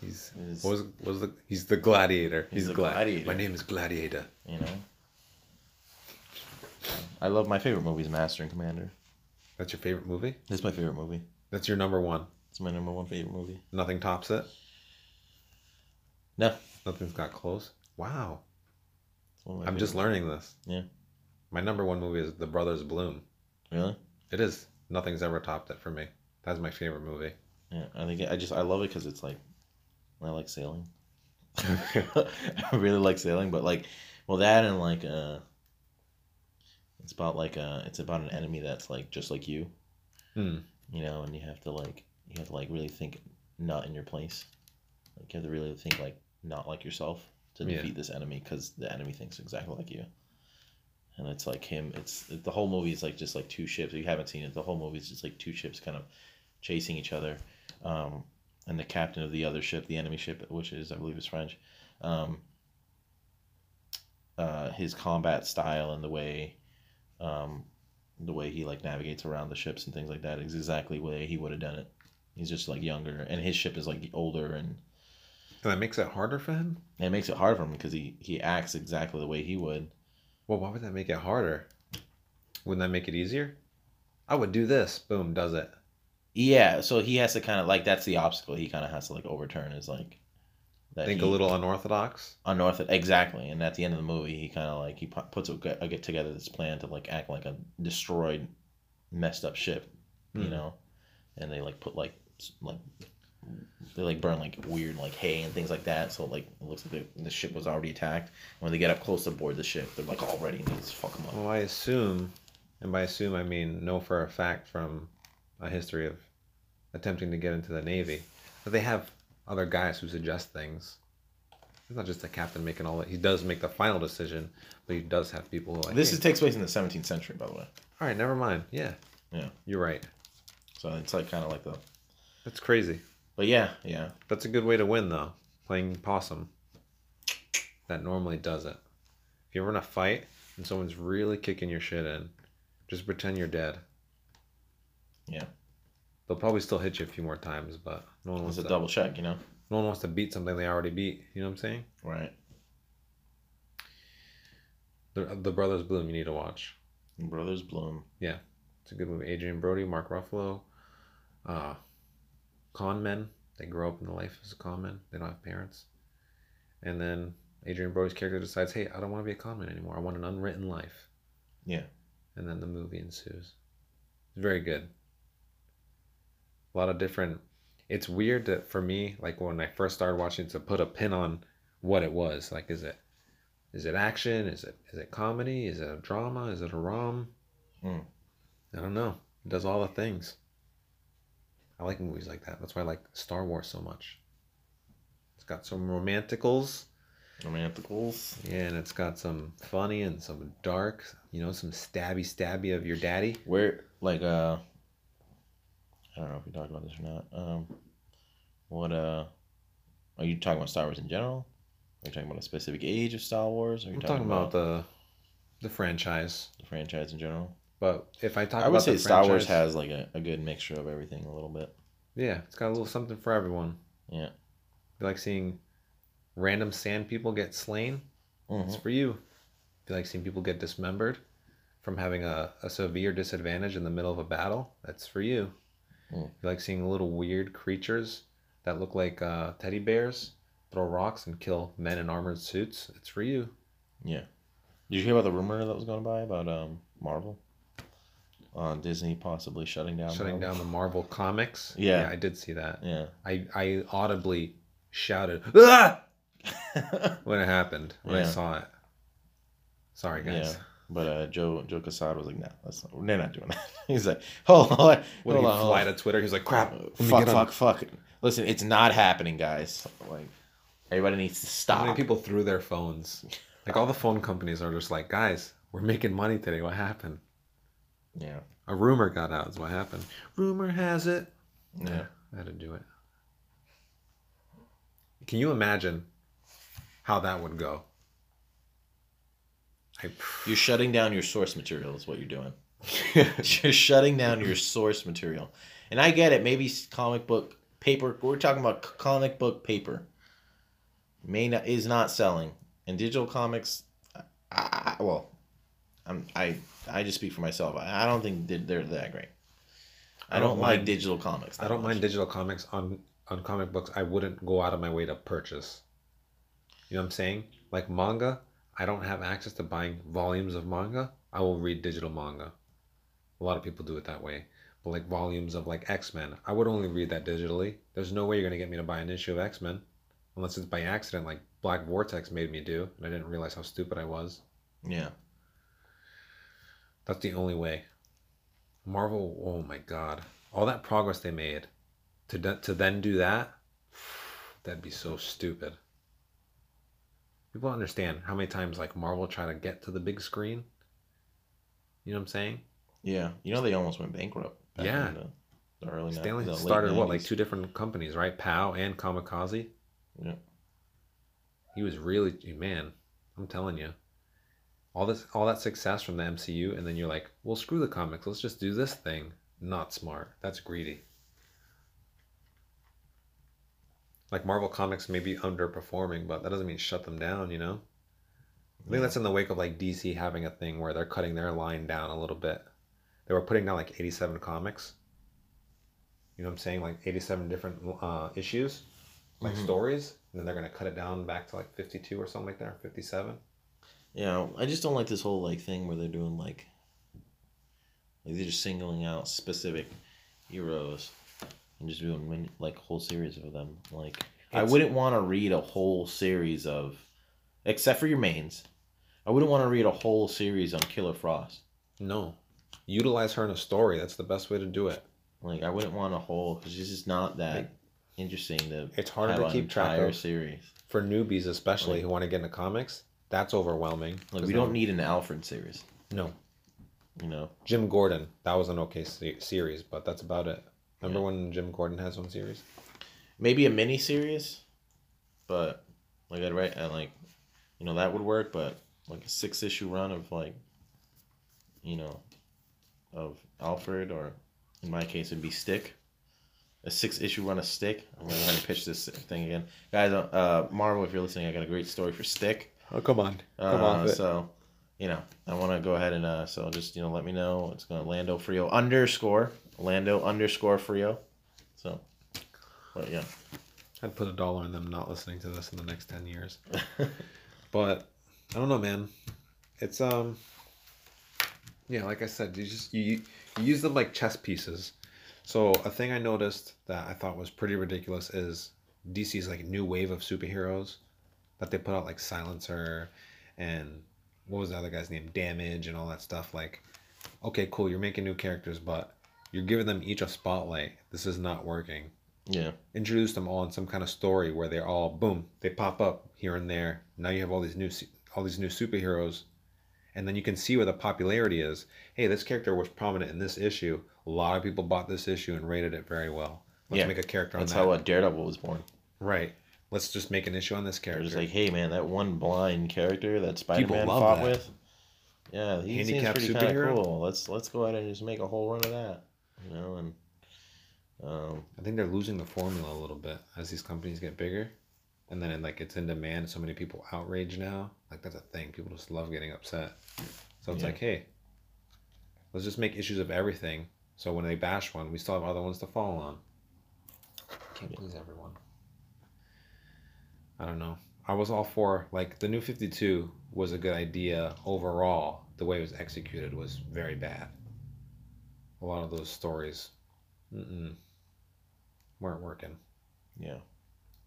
Speaker 1: he's
Speaker 2: He's,
Speaker 1: what was, what was the he's the gladiator.
Speaker 2: He's
Speaker 1: He's,
Speaker 2: the
Speaker 1: glad.
Speaker 2: gladiator.
Speaker 1: My name is Gladiator.
Speaker 2: you know. I love my favorite movie is Master and Commander.
Speaker 1: That's your favorite movie.
Speaker 2: It's my favorite movie.
Speaker 1: That's your number one.
Speaker 2: It's my number one favorite movie.
Speaker 1: Nothing tops it.
Speaker 2: No, it's
Speaker 1: Nothing's got close. Wow.
Speaker 2: one of my
Speaker 1: I'm just
Speaker 2: favorite-
Speaker 1: learning this.
Speaker 2: Yeah.
Speaker 1: My number one movie is The Brothers Bloom.
Speaker 2: really.
Speaker 1: It is. Nothing's ever topped it for me. That's my favorite movie.
Speaker 2: Yeah, I think I just I love it because it's like I like sailing. I really like sailing, but like, well, that and like uh, it's about like uh, it's about an enemy that's like just like you,
Speaker 1: Hmm.
Speaker 2: you know, and you have to like you have to like really think not in your place, like you have to really think like not like yourself to
Speaker 1: Yeah.
Speaker 2: defeat this enemy because the enemy thinks exactly like you. And it's like him. It's the whole movie is like just like two ships. If you haven't seen it, the whole movie is just like two ships kind of chasing each other. Um, and the captain of the other ship, the enemy ship, which is I believe is French, um, uh, his combat style and the way, um, the way he like navigates around the ships and things like that is exactly the way he would have done it. He's just like younger, and his ship is like older, and,
Speaker 1: And that makes it harder for him?
Speaker 2: and it makes it hard for him because he he acts exactly the way he would.
Speaker 1: Well, why would that make it harder? Wouldn't that make it easier? I would do this. Boom, does it.
Speaker 2: Yeah, so he has to kind of like that's the obstacle he kind of has to like overturn is like that
Speaker 1: Think
Speaker 2: he-
Speaker 1: a little unorthodox.
Speaker 2: unorthodox exactly and at the end of the movie he kind of like he pu- puts a, get- a get together this plan to like act like a destroyed messed up ship you
Speaker 1: Hmm.
Speaker 2: know and they like put like s- like they like burn like weird like hay and things like that so like it looks like the, the ship was already attacked when they get up close to board the ship they're like all ready and they just fuck them up
Speaker 1: Well, I assume, and by assume I mean know for a fact from a history of attempting to get into the Navy, that they have other guys who suggest things. It's not just the captain making all that. He does make the final decision, but he does have people who are like.
Speaker 2: this
Speaker 1: "Hey,
Speaker 2: is takes place in the 17th century by the way
Speaker 1: all right. Never mind. Yeah.
Speaker 2: Yeah.
Speaker 1: You're right.
Speaker 2: so it's like kind of like the
Speaker 1: That's crazy.
Speaker 2: but yeah yeah
Speaker 1: That's a good way to win though. Playing possum. That normally does it. If you're in a fight and someone's really kicking your shit in, just pretend you're dead.
Speaker 2: Yeah.
Speaker 1: They'll probably still hit you a few more times, but no one
Speaker 2: it's
Speaker 1: wants
Speaker 2: a
Speaker 1: to
Speaker 2: double check you know
Speaker 1: no one wants to beat something they already beat. You know what I'm saying?
Speaker 2: right
Speaker 1: The, the Brothers Bloom you need to watch.
Speaker 2: brothers bloom
Speaker 1: It's a good movie. Adrian Brody, Mark Ruffalo, uh, con men. They grow up in the life as a con man. They don't have parents. And then Adrian Brody's character decides, hey, I don't want to be a con man anymore. I want an unwritten life.
Speaker 2: Yeah.
Speaker 1: And then the movie ensues. It's very good. A lot of different. It's weird that for me, like when I first started watching, to put a pin on what it was. Like, is it, is it action? Is it is it comedy? Is it a drama? Is it a rom?
Speaker 2: Mm.
Speaker 1: I don't know. It does all the things. I like movies like that. That's why I like Star Wars so much. It's got some romanticals,
Speaker 2: romanticals
Speaker 1: yeah, and it's got some funny and some dark, you know, some stabby stabby of your daddy.
Speaker 2: Where like uh I don't know if we talked about this or not. Um what uh are you talking about Star Wars in general? Are you talking about a specific age of Star Wars? Are you
Speaker 1: I'm talking about the the franchise.
Speaker 2: the franchise in general?
Speaker 1: But if I talk
Speaker 2: I would
Speaker 1: about
Speaker 2: say
Speaker 1: the
Speaker 2: Star Wars
Speaker 1: franchise-
Speaker 2: has like a, a good mixture of everything a little bit.
Speaker 1: yeah, it's got a little something for everyone.
Speaker 2: Yeah.
Speaker 1: Be like seeing random sand people get slain.
Speaker 2: Mhm.
Speaker 1: It's for you. Be like seeing people get dismembered from having a, a severe disadvantage in the middle of a battle. That's for you.
Speaker 2: Mm.
Speaker 1: You like seeing little weird creatures that look like uh, teddy bears throw rocks and kill men in armored suits. It's for you.
Speaker 2: Yeah. Did you hear about the rumor that was going by about um Marvel? On Disney possibly shutting down.
Speaker 1: Shutting down
Speaker 2: Marvel?
Speaker 1: the Marvel comics.
Speaker 2: Yeah.
Speaker 1: I did see that.
Speaker 2: Yeah.
Speaker 1: I, I audibly shouted "Ah!"
Speaker 2: but
Speaker 1: when it happened when I
Speaker 2: Yeah.
Speaker 1: saw it. Sorry guys.
Speaker 2: Yeah. uh, Joe Joe Casada was like, "No, that's not, they're not doing that." He's like, "Hold on, hold
Speaker 1: When he
Speaker 2: on, hold
Speaker 1: fly
Speaker 2: on.
Speaker 1: to Twitter, he's like, "Crap, let me
Speaker 2: Uh, fuck,
Speaker 1: get on."
Speaker 2: fuck, fuck." Listen, it's not happening, guys. Like, everybody needs to
Speaker 1: How many
Speaker 2: stop.
Speaker 1: people threw their phones? Like all the phone companies are just like, guys, we're making money today. What happened?
Speaker 2: Yeah.
Speaker 1: A rumor got out. Is what happened. Rumor has it.
Speaker 2: Yeah.
Speaker 1: I had to do it. Can you imagine how that would go? I,
Speaker 2: You're shutting down your source material. Is what you're doing. you're shutting down your source material. And I get it. Maybe s- comic book paper. We're talking about c- comic book paper. May not is not selling, and digital comics. I, I, I- well, I'm I I just speak for myself. I, I don't think di- they're that great. I,
Speaker 1: I
Speaker 2: don't,
Speaker 1: don't
Speaker 2: like
Speaker 1: mind-
Speaker 2: digital comics.
Speaker 1: I don't mind digital comics on on comic books. I wouldn't go out of my way to purchase. You know what I'm saying? Like manga, I don't have access to buying volumes of manga. I will read digital manga. A lot of people do it that way. But like volumes of like X Men, I would only read that digitally. There's no way you're gonna get me to buy an issue of X Men, unless it's by accident, like Black Vortex made me do, and I didn't realize how stupid I was.
Speaker 2: Yeah,
Speaker 1: That's the only way. Marvel, oh my god, all that progress they made to de- to then do that, that'd be so stupid. People don't understand how many times like Marvel tried to get to the big screen. You know what I'm saying?
Speaker 2: yeah. You know they almost went bankrupt.
Speaker 1: Yeah.
Speaker 2: in the, the early ni-
Speaker 1: Stanley
Speaker 2: the late
Speaker 1: started what like
Speaker 2: 90s.
Speaker 1: two different companies, right? POW and Kamikaze.
Speaker 2: Yeah.
Speaker 1: He was really man. I'm telling you, all this, all that success from the MCU, and then you're like, well, screw the comics. Let's just do this thing. Not smart. That's greedy. Like Marvel Comics may be underperforming, but that doesn't mean shut them down. You know. I think that's in the wake of like DC having a thing where they're cutting their line down a little bit. They were putting down like 87 comics. You know what I'm saying? Like 87 different uh, issues, like
Speaker 2: Mhm.
Speaker 1: stories, and then they're gonna cut it down back to like 52 or something like that, or 57.
Speaker 2: Yeah, I just don't like this whole like thing where they're doing like, like they're just singling out specific heroes and just doing many, like whole series of them. Like I
Speaker 1: It's-
Speaker 2: wouldn't want to read a whole series of, except for your mains. I wouldn't want to read a whole series on Killer Frost.
Speaker 1: No, utilize her in a story. That's the best way to do it.
Speaker 2: Like I wouldn't want a whole because it's just not that
Speaker 1: Like,
Speaker 2: interesting to
Speaker 1: It's harder to
Speaker 2: an
Speaker 1: keep track
Speaker 2: entire
Speaker 1: of
Speaker 2: series.
Speaker 1: for newbies, especially
Speaker 2: Like-
Speaker 1: who want to get into comics. That's overwhelming.
Speaker 2: Like
Speaker 1: 'Cause
Speaker 2: we
Speaker 1: then-
Speaker 2: don't need an Alfred series,
Speaker 1: no
Speaker 2: you know.
Speaker 1: Jim Gordon. That was an okay se- series, but that's about it. Remember
Speaker 2: Yeah.
Speaker 1: when Jim Gordon has one series?
Speaker 2: maybe a mini series, but like I'd write I like, you know that would work, but like a six issue run of like, you know, of Alfred or in my case it'd be Stick, a six issue run of Stick. I'm gonna try to pitch this thing again, guys. Uh, Marvel, if you're listening, I got a great story for Stick.
Speaker 1: Oh come on, come
Speaker 2: Uh,
Speaker 1: on.
Speaker 2: so, you know, I want to go ahead and uh, so just you know let me know. It's gonna Lando Frio underscore Lando underscore Frio. So, but yeah.
Speaker 1: I'd put a dollar on them not listening to this in the next ten years. but I don't know, man. It's um, yeah, like I said, you just you, you you use them like chess pieces. So a thing I noticed that I thought was pretty ridiculous is DC's like new wave of superheroes that they put out like Silencer and what was the other guy's name, Damage and all that stuff. Like, okay, cool, you're making new characters, but you're giving them each a spotlight. This is not working
Speaker 2: Yeah,
Speaker 1: introduce them all in some kind of story where they're all boom they pop up here and there now you have all these new su- all these new superheroes and then you can see where the popularity is hey this character was prominent in this issue a lot of people bought this issue and rated it very well let's
Speaker 2: Yeah,
Speaker 1: make a character on
Speaker 2: that's
Speaker 1: that
Speaker 2: how uh, Daredevil was born.
Speaker 1: right let's just make an issue on this
Speaker 2: They're
Speaker 1: character
Speaker 2: just like, hey man, that one blind character that Spider
Speaker 1: People
Speaker 2: Man
Speaker 1: love
Speaker 2: fought
Speaker 1: that.
Speaker 2: with, Yeah, he
Speaker 1: Handicapped
Speaker 2: seems pretty kind
Speaker 1: superhero?
Speaker 2: of cool. Let's let's go ahead and just make a whole run of that, you know. And um,
Speaker 1: I think they're losing the formula a little bit as these companies get bigger, and then like it's in demand. So many people outraged now. Like that's a thing. People just love getting upset. So it's
Speaker 2: Yeah.
Speaker 1: like, hey, let's just make issues of everything. So when they bash one, we still have other ones to fall on. Can't please everyone. I don't know. I was all for like the new Fifty Two was a good idea overall. The way it was executed was very bad. A lot of those stories, mm-mm, weren't working.
Speaker 2: yeah,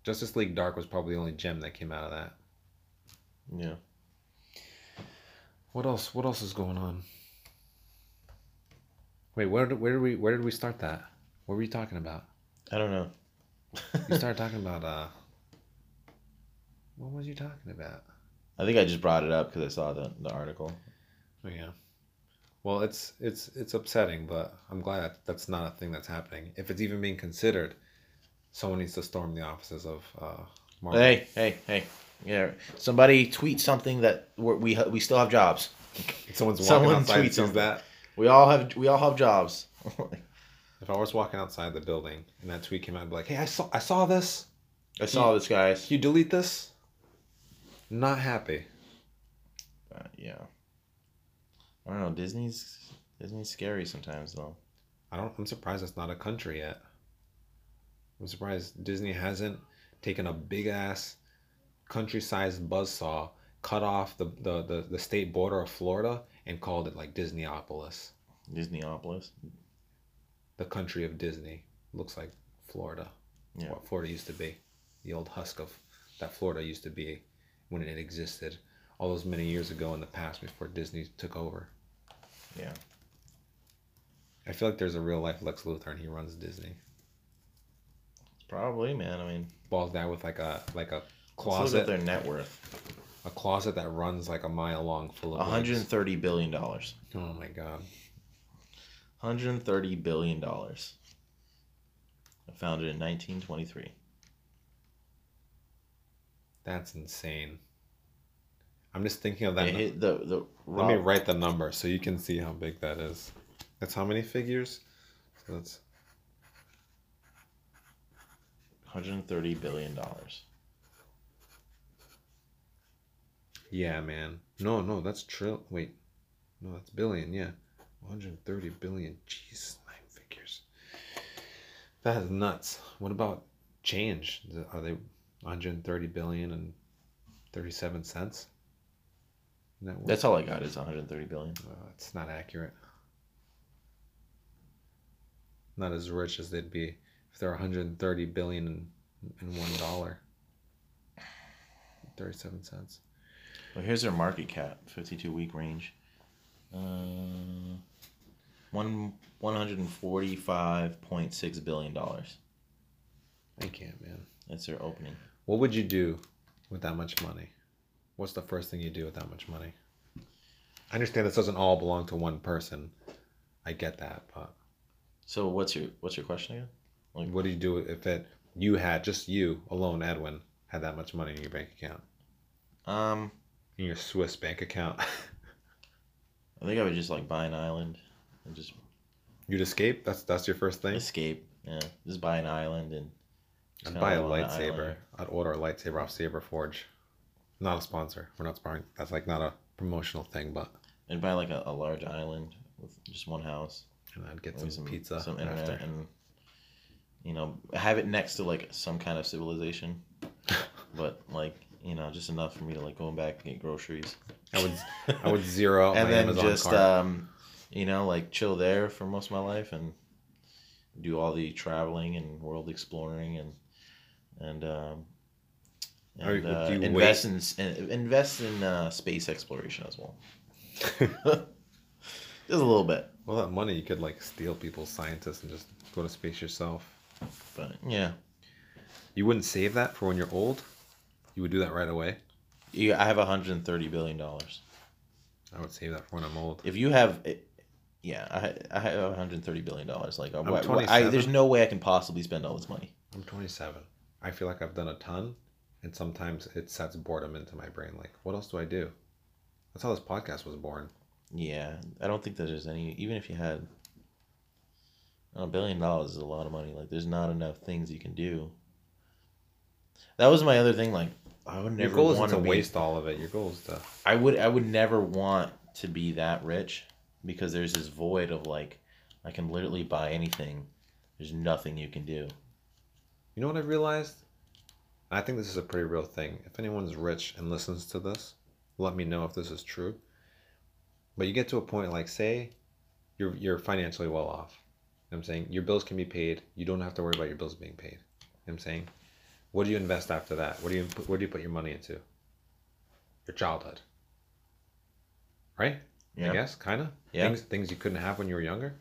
Speaker 1: Justice League Dark was probably the only gem that came out of that.
Speaker 2: yeah.
Speaker 1: What else? What else is going on? Wait, where did, where did we where did we start that? What were you talking about?
Speaker 2: I don't know.
Speaker 1: You started talking about uh. What was you talking about?
Speaker 2: I think I just brought it up because I saw the the article.
Speaker 1: Oh, yeah. Well, it's it's it's upsetting, but I'm glad that that's not a thing that's happening. If it's even being considered, someone needs to storm the offices of uh. Marvel.
Speaker 2: Hey, hey, hey! Yeah, somebody tweet something that we're, we ha- we still have jobs.
Speaker 1: Someone's walking
Speaker 2: someone
Speaker 1: outside and
Speaker 2: tweets
Speaker 1: sees
Speaker 2: something.
Speaker 1: that.
Speaker 2: We all have we all have jobs.
Speaker 1: If I was walking outside the building and that tweet came out, I'd be like, "Hey, I saw I saw this.
Speaker 2: I saw this, guys.
Speaker 1: Can you delete this?" Not happy.
Speaker 2: Uh, yeah. I don't know. Disney's Disney's scary sometimes though.
Speaker 1: I don't. I'm surprised it's not a country yet. I'm surprised Disney hasn't taken a big ass country-sized buzzsaw, cut off the, the the the state border of Florida, and called it like Disneyopolis,
Speaker 2: Disneyopolis.
Speaker 1: the country of Disney. Looks like Florida.
Speaker 2: Yeah.
Speaker 1: What Florida used to be, the old husk of that Florida used to be when it existed all those many years ago in the past before Disney took over.
Speaker 2: Yeah.
Speaker 1: I feel like there's a real life Lex Luthor and he runs Disney.
Speaker 2: Probably, man. I mean,
Speaker 1: Balls down with like a like a
Speaker 2: let's look
Speaker 1: closet
Speaker 2: at their net worth.
Speaker 1: a closet that runs like a mile long full of
Speaker 2: One hundred and
Speaker 1: legs.
Speaker 2: thirty billion dollars.
Speaker 1: oh my god
Speaker 2: One hundred and thirty billion dollars. Founded in nineteen twenty-three.
Speaker 1: that's insane i'm just thinking of that
Speaker 2: It
Speaker 1: nu-
Speaker 2: hit the the
Speaker 1: let me
Speaker 2: Rob-
Speaker 1: write the number so you can see how big that is that's how many figures so that's
Speaker 2: 130 billion dollars.
Speaker 1: yeah man no no that's trill wait no that's billion yeah 130 billion jeez nine figures that is nuts what about change Th- are they 130 billion and 37 cents Isn't that what-
Speaker 2: That's all I got is 130 billion.
Speaker 1: Uh, it's not accurate. Not as rich as they'd be if they're 130 billion in, in one dollar. 37 cents.
Speaker 2: Well, here's their market cap, 52 week range. Uh, one 145.6 billion dollars.
Speaker 1: I can't, man.
Speaker 2: That's their opening.
Speaker 1: What would you do with that much money? What's the first thing you do with that much money? I understand this doesn't all belong to one person. I get that, but
Speaker 2: So what's your what's your question again?
Speaker 1: what do you do if it you had just you alone, Edwin, had that much money in your bank account,
Speaker 2: Um,
Speaker 1: in your Swiss bank account?
Speaker 2: I think I would just like buy an island and just
Speaker 1: You'd escape. That's that's your first thing.
Speaker 2: escape. Yeah, just buy an island and. just
Speaker 1: I'd
Speaker 2: kinda
Speaker 1: buy a
Speaker 2: live on an
Speaker 1: lightsaber.
Speaker 2: island.
Speaker 1: I'd order a lightsaber off Saber Forge. Not a sponsor. We're not sparring. That's like not a promotional thing, but
Speaker 2: I'd buy like a, a large island with just one house.
Speaker 1: and I'd get some,
Speaker 2: maybe some
Speaker 1: pizza
Speaker 2: some internet,
Speaker 1: after.
Speaker 2: and you know, have it next to like some kind of civilization, but like you know, just enough for me to like go back and get groceries,
Speaker 1: I would I would zero out
Speaker 2: and
Speaker 1: Oh, my
Speaker 2: then
Speaker 1: Amazon
Speaker 2: just
Speaker 1: cart.
Speaker 2: um, you know, like chill there for most of my life and do all the traveling and world exploring and and um.
Speaker 1: Are-
Speaker 2: And, uh,
Speaker 1: do you
Speaker 2: invest in s- in invest in uh, space exploration as well, just a little bit.
Speaker 1: well, that money you could like steal people's scientists and just go to space yourself.
Speaker 2: But yeah,
Speaker 1: You wouldn't save that for when you're old. You would do that right away.
Speaker 2: yeah I have 130 billion dollars.
Speaker 1: I would save that for when I'm old.
Speaker 2: if you have it, yeah i, I have 130 billion dollars like uh, I, I-
Speaker 1: 27.
Speaker 2: there's no way i can possibly spend all this money
Speaker 1: I'm 27. I feel like I've done a ton, and sometimes it sets boredom into my brain. Like, what else do I do? That's how this podcast was born.
Speaker 2: Yeah, I don't think that there's any. Even if you had a billion dollars, is a lot of money. Like, there's not enough things you can do. That was my other thing. Like, I would
Speaker 1: Your
Speaker 2: never
Speaker 1: goal isn't
Speaker 2: want
Speaker 1: to
Speaker 2: to be,
Speaker 1: waste all of it. Your goal is to
Speaker 2: I would. I would never want to be that rich because there's this void of like, I can literally buy anything. There's nothing you can do.
Speaker 1: You know what I've realized? I think this is a pretty real thing. If anyone's rich and listens to this, let me know if this is true. But you get to a point like say you're you're financially well off. You know what I'm saying your bills can be paid. You don't have to worry about your bills being paid. You know what I'm saying what do you invest after that? What do you put- what do you put your money into? Your childhood. Right? I guess, kind of.
Speaker 2: Yeah.
Speaker 1: Things things you couldn't have when you were younger.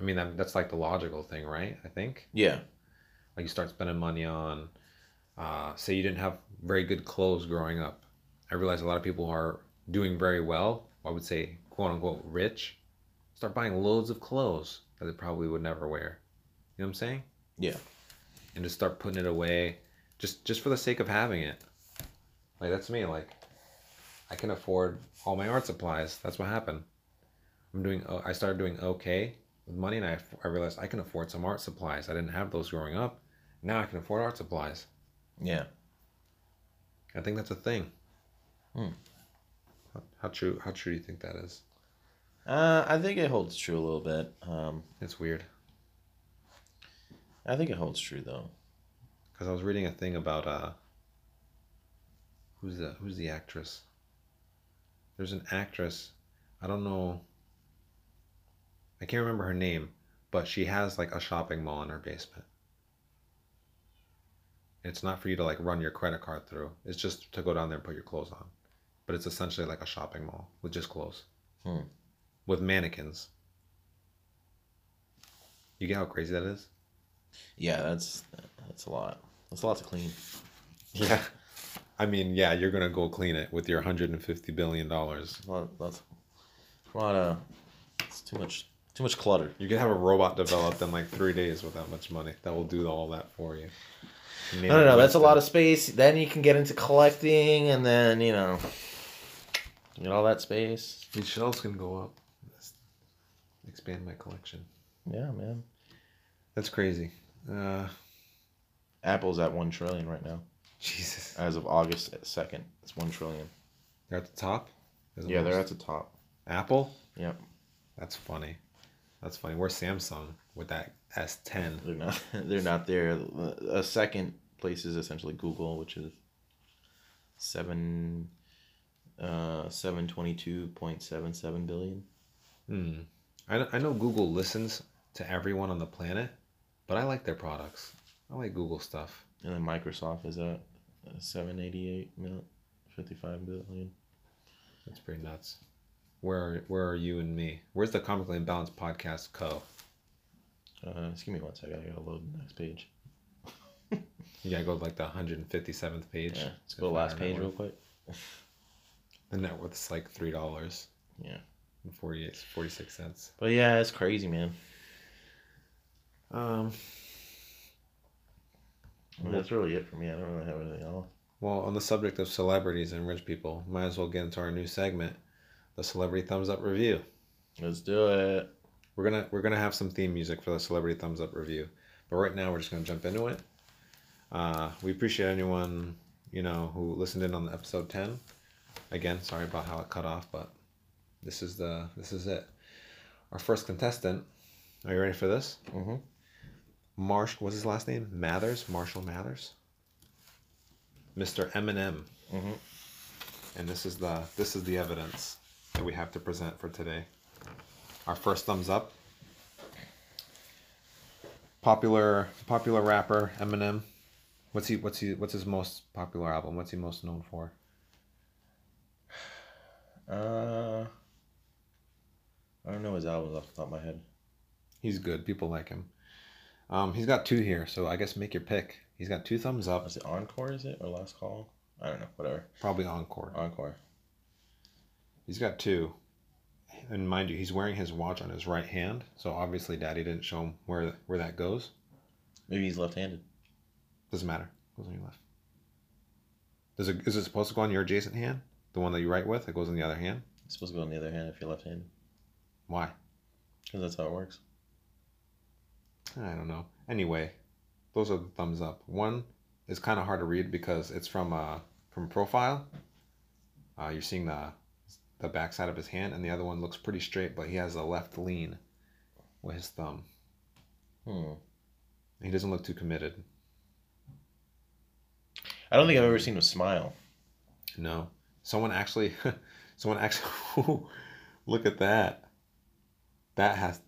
Speaker 1: I mean, that, that's like the logical thing, right? I think
Speaker 2: Yeah.
Speaker 1: like you start spending money on uh, say you didn't have very good clothes growing up i realize a lot of people who are doing very well i would say quote unquote rich start buying loads of clothes that they probably would never wear you know what i'm saying
Speaker 2: Yeah.
Speaker 1: and just start putting it away just just for the sake of having it like that's me like i can afford all my art supplies that's what happened i'm doing o- i started doing okay with money and i, aff- I realized i can afford some art supplies i didn't have those growing up now i can afford art supplies
Speaker 2: Yeah.
Speaker 1: i think that's a thing
Speaker 2: Hmm.
Speaker 1: how, how true how true do you think that is
Speaker 2: Uh, I think it holds true a little bit. Um,
Speaker 1: it's weird
Speaker 2: I think it holds true though.
Speaker 1: because i was reading a thing about uh who's the who's the actress there's an actress i don't know i can't remember her name but she has like a shopping mall in her basement it's not for you to like run your credit card through it's just to go down there and put your clothes on but it's essentially like a shopping mall with just clothes
Speaker 2: Hmm.
Speaker 1: with mannequins you get how crazy that is
Speaker 2: Yeah, that's that's a lot. That's a lot to clean.
Speaker 1: Yeah. I mean, yeah, you're gonna go clean it with your 150 billion dollars.
Speaker 2: A lot, that's a lot of. It's too much. Too much clutter.
Speaker 1: You could have a robot developed in like three days with that much money that will do all that for you. Name
Speaker 2: No, no,
Speaker 1: it
Speaker 2: no. That's a
Speaker 1: Winston.
Speaker 2: lot of space. Then you can get into collecting, and then you know, get all that space.
Speaker 1: These shelves can go up. Let's expand my collection.
Speaker 2: Yeah, man.
Speaker 1: That's crazy. Uh,
Speaker 2: Apple's at one trillion right now,
Speaker 1: Jesus,
Speaker 2: as of August second. It's one trillion.
Speaker 1: they're at the top. Is it
Speaker 2: Yeah, they're at
Speaker 1: most-
Speaker 2: the top.
Speaker 1: Apple.
Speaker 2: Yep.
Speaker 1: That's funny. That's funny. We're Samsung with that S10.
Speaker 2: They're not. They're not there. A second place is essentially Google, which is seven, uh, seven twenty two point seven seven billion.
Speaker 1: Hmm. I know, I know Google listens to everyone on the planet, but I like their products. I like Google stuff.
Speaker 2: And then Microsoft is at uh, seven eighty eight mil, fifty five billion.
Speaker 1: That's pretty nuts. Where are, where are you and me? Where's the Comically Imbalanced Podcast Co?
Speaker 2: Uh, just give me one second. I gotta load the next page.
Speaker 1: You gotta go to like the 157th page.
Speaker 2: Yeah, let's go to the last page real quick.
Speaker 1: The net worth's like three dollars.
Speaker 2: Yeah.
Speaker 1: and 48, 46 cents.
Speaker 2: But yeah, it's crazy, man.
Speaker 1: Um.
Speaker 2: I mean, that's really it for me. I don't really have anything else.
Speaker 1: Well, on the subject of celebrities and rich people, might as well get into our new segment, the celebrity thumbs up review.
Speaker 2: Let's do it.
Speaker 1: We're gonna we're gonna have some theme music for the celebrity thumbs up review, but right now we're just gonna jump into it. Uh, we appreciate anyone you know who listened in on the episode ten. Again, sorry about how it cut off, but this is the this is it. Our first contestant. Are you ready for this?
Speaker 2: Mhm.
Speaker 1: Marsh. What's his last name? Mathers. Marshall Mathers. Mr. Eminem.
Speaker 2: Mhm.
Speaker 1: And this is the this is the evidence that we have to present for today. Our first thumbs up popular popular rapper Eminem. What's he? What's he? What's his most popular album? What's he most known for?
Speaker 2: Uh, I don't know his albums off the top of my head.
Speaker 1: He's good. People like him. Um, he's got two here, so I guess make your pick. He's got two thumbs up.
Speaker 2: Is it Encore? Is it or Last Call? I don't know. Whatever.
Speaker 1: Probably encore.
Speaker 2: Encore.
Speaker 1: He's got two. And mind you, he's wearing his watch on his right hand, so obviously Daddy didn't show him where where that goes.
Speaker 2: Maybe he's left-handed.
Speaker 1: Doesn't matter. Goes on your left. Does it is it supposed to go on your adjacent hand? The one that you write with? It goes on the other hand.
Speaker 2: It's supposed to go on the other hand if you're left-handed,
Speaker 1: Why?
Speaker 2: because that's how it works.
Speaker 1: I don't know. Anyway, those are the thumbs up. One is kind of hard to read because it's from uh from profile. Uh, you're seeing the the backside of his hand, and the other one looks pretty straight, but he has a left lean with his thumb.
Speaker 2: Hmm.
Speaker 1: He doesn't look too committed.
Speaker 2: I don't think I've ever seen him smile.
Speaker 1: No, someone actually, someone actually, look at that. That has,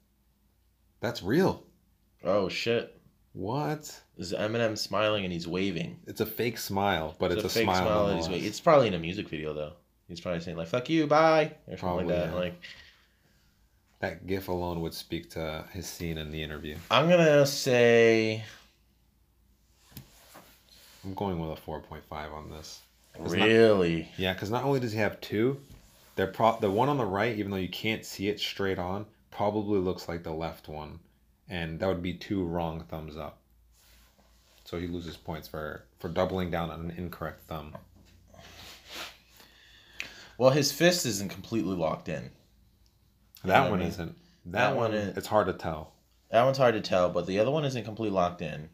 Speaker 1: that's real.
Speaker 2: Oh shit!
Speaker 1: What?
Speaker 2: Is Eminem smiling and he's waving?
Speaker 1: It's a fake smile, but it's, a, smile.
Speaker 2: and he's
Speaker 1: nonetheless.
Speaker 2: waving. It's probably in a music video though. He's probably saying like "fuck you, bye" or something
Speaker 1: Probably,
Speaker 2: like that.
Speaker 1: yeah.
Speaker 2: Like
Speaker 1: That gif alone would speak to his scene in the interview.
Speaker 2: I'm gonna say
Speaker 1: I'm going with a 4.5 on this. It's not-
Speaker 2: really.
Speaker 1: Yeah, because not only does he have two, they're pro- the one on the right, even though you can't see it straight on, probably looks like the left one, and that would be two wrong thumbs up. So he loses points for for doubling down on an incorrect thumb.
Speaker 2: Well, his fist isn't completely locked in.
Speaker 1: That
Speaker 2: Yeah,
Speaker 1: one
Speaker 2: man.
Speaker 1: isn't. That,
Speaker 2: That
Speaker 1: one,
Speaker 2: one is-
Speaker 1: it's hard to tell.
Speaker 2: That one's hard to tell, but the other one isn't completely locked in.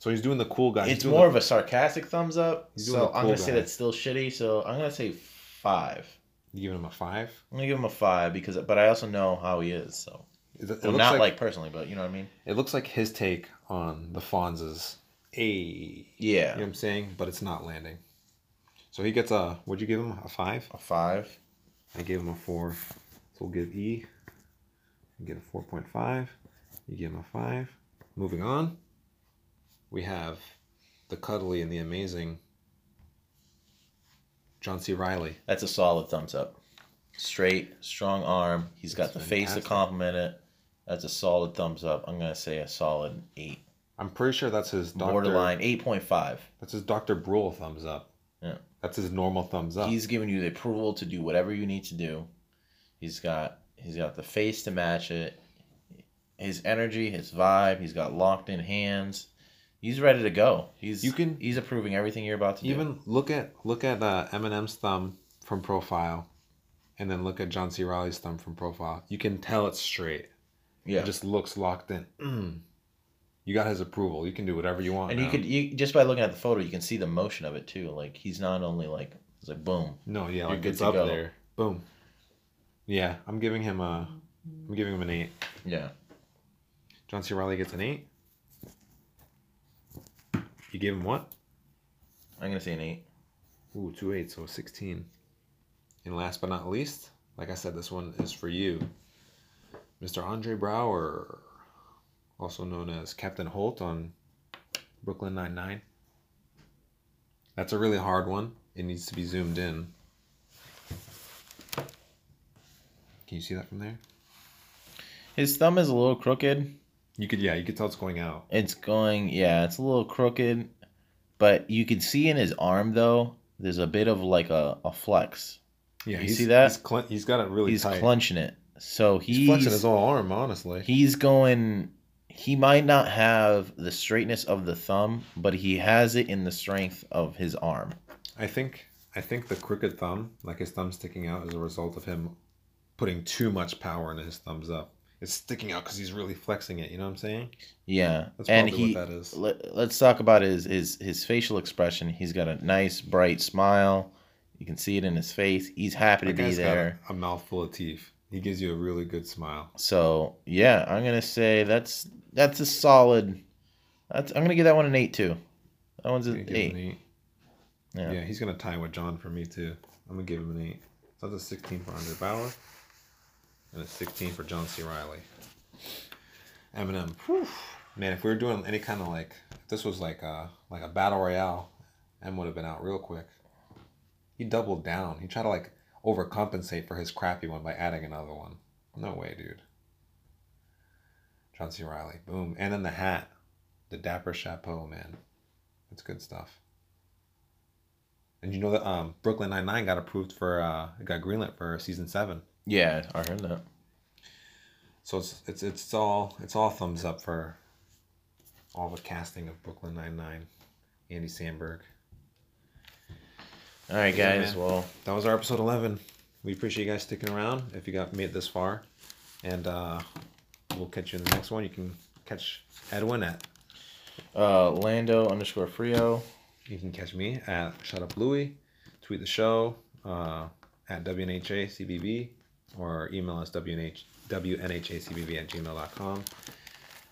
Speaker 1: So he's doing the cool guy. Uh, He's
Speaker 2: it's
Speaker 1: doing
Speaker 2: more
Speaker 1: the-
Speaker 2: of a sarcastic thumbs up.
Speaker 1: He's
Speaker 2: So
Speaker 1: doing the
Speaker 2: I'm
Speaker 1: cool
Speaker 2: gonna say
Speaker 1: guy.
Speaker 2: that's still shitty. So I'm gonna say five.
Speaker 1: you giving him a five.
Speaker 2: I'm gonna give him a five because, but I also know how he is. So
Speaker 1: It, it
Speaker 2: well,
Speaker 1: looks
Speaker 2: not
Speaker 1: like,
Speaker 2: like, personally, but you know what I mean.
Speaker 1: it looks like his take on the Fonz's a. You know
Speaker 2: Yeah,
Speaker 1: what I'm saying? But it's not landing. So he gets a. Would you give him a five?
Speaker 2: a five.
Speaker 1: I gave him a four. So we'll give E. You get a four point five. You give him a five. Moving on. We have the cuddly and the amazing John C. Riley.
Speaker 2: That's a solid thumbs up. Straight, strong arm. He's got
Speaker 1: That's
Speaker 2: the face to
Speaker 1: fantastic.
Speaker 2: compliment it. That's a solid thumbs up. I'm gonna say a solid eight,
Speaker 1: I'm pretty sure that's his doctor.
Speaker 2: borderline eight point five.
Speaker 1: That's his Dr. Brule thumbs up.
Speaker 2: Yeah.
Speaker 1: That's his normal thumbs up.
Speaker 2: He's giving you the approval to do whatever you need to do. He's got he's got the face to match it. His energy, his vibe, he's got locked in hands. He's ready to go. He's
Speaker 1: You can-
Speaker 2: he's approving everything you're about to do.
Speaker 1: Even look at look at uh, Eminem's thumb from profile, and then look at John C. Riley's thumb from profile. You can tell it's straight.
Speaker 2: Yeah.
Speaker 1: It just looks locked in. Mm. You got his approval. You can do whatever you want.
Speaker 2: and you
Speaker 1: now.
Speaker 2: could you just by looking at the photo, you can see the motion of it too. Like he's not only like it's like boom.
Speaker 1: No, yeah,
Speaker 2: You're
Speaker 1: like
Speaker 2: good
Speaker 1: it's
Speaker 2: to
Speaker 1: up
Speaker 2: go.
Speaker 1: there. Boom. Yeah, I'm giving him a. I'm giving him an eight.
Speaker 2: Yeah.
Speaker 1: John C. Riley gets an eight. You gave him what?
Speaker 2: I'm gonna say an eight.
Speaker 1: Ooh, two eights, so sixteen. And last but not least, like I said, this one is for you, Mr. Andre Brower, also known as Captain Holt on Brooklyn Nine Nine. That's a really hard one. It needs to be zoomed in. Can you see that from there?
Speaker 2: His thumb is a little crooked.
Speaker 1: You could, yeah, you could tell it's going out.
Speaker 2: It's going, yeah, it's a little crooked, but you can see in his arm though, there's a bit of like a, a flex.
Speaker 1: Yeah,
Speaker 2: You
Speaker 1: he's-
Speaker 2: see that?
Speaker 1: He's, clen- he's got it really
Speaker 2: he's
Speaker 1: tight.
Speaker 2: clenching it. So he's
Speaker 1: he's flexing his whole arm, honestly.
Speaker 2: he's going. He might not have the straightness of the thumb, but he has it in the strength of his arm.
Speaker 1: I think I think the crooked thumb, like his thumb sticking out, is a result of him putting too much power into his thumbs up. It's sticking out because he's really flexing it. You know what I'm saying?
Speaker 2: Yeah,
Speaker 1: That's
Speaker 2: and
Speaker 1: probably
Speaker 2: he.
Speaker 1: what that is.
Speaker 2: Let, let's talk about his his his facial expression. He's got a nice bright smile. You can see it in his face. He's happy to
Speaker 1: That
Speaker 2: be
Speaker 1: guy's got
Speaker 2: there.
Speaker 1: a, a mouthful of teeth. He gives you a really good smile.
Speaker 2: So yeah, I'm gonna say that's that's a solid. That's I'm gonna give that one an eight too. That one's
Speaker 1: I'm
Speaker 2: an
Speaker 1: gonna give him
Speaker 2: eight.
Speaker 1: an eight.
Speaker 2: Yeah.
Speaker 1: Yeah. he's gonna tie with John for me too. I'm gonna give him an eight. So that's a 16 for Andre Bauer, and a 16 for John C. Riley. Eminem, whew. man, if we were doing any kind of like, if this was like a like a battle royale, M would have been out real quick. He doubled down. He tried to like overcompensate for his crappy one by adding another one. No way, dude. John C. Riley, boom, and then the hat, the dapper chapeau, man. That's good stuff. And you know that um, Brooklyn Nine Nine got approved for uh, it got greenlit for season seven.
Speaker 2: Yeah, I heard that.
Speaker 1: So it's it's it's all it's all thumbs up for all the casting of Brooklyn Nine Nine, Andy Samberg.
Speaker 2: All right,
Speaker 1: Yeah,
Speaker 2: guys.
Speaker 1: man.
Speaker 2: well,
Speaker 1: That was our episode eleven. we appreciate you guys sticking around if you got made it this far, and uh, we'll catch you in the next one. You can catch Edwin at.
Speaker 2: Uh, Lando underscore Frio.
Speaker 1: You can catch me at Shut Up Louie. Tweet the show uh, at WNHACBB or email us WNH, WNHACBB at gmail.com.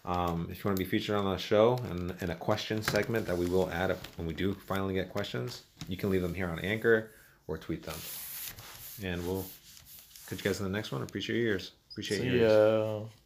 Speaker 1: Um, if you want to be featured on the show and in a question segment that we will add up when we do finally get questions, you can leave them here on Anchor or tweet them. And we'll catch you guys in the next one. Appreciate your ears. Appreciate your
Speaker 2: See
Speaker 1: ears.
Speaker 2: ya.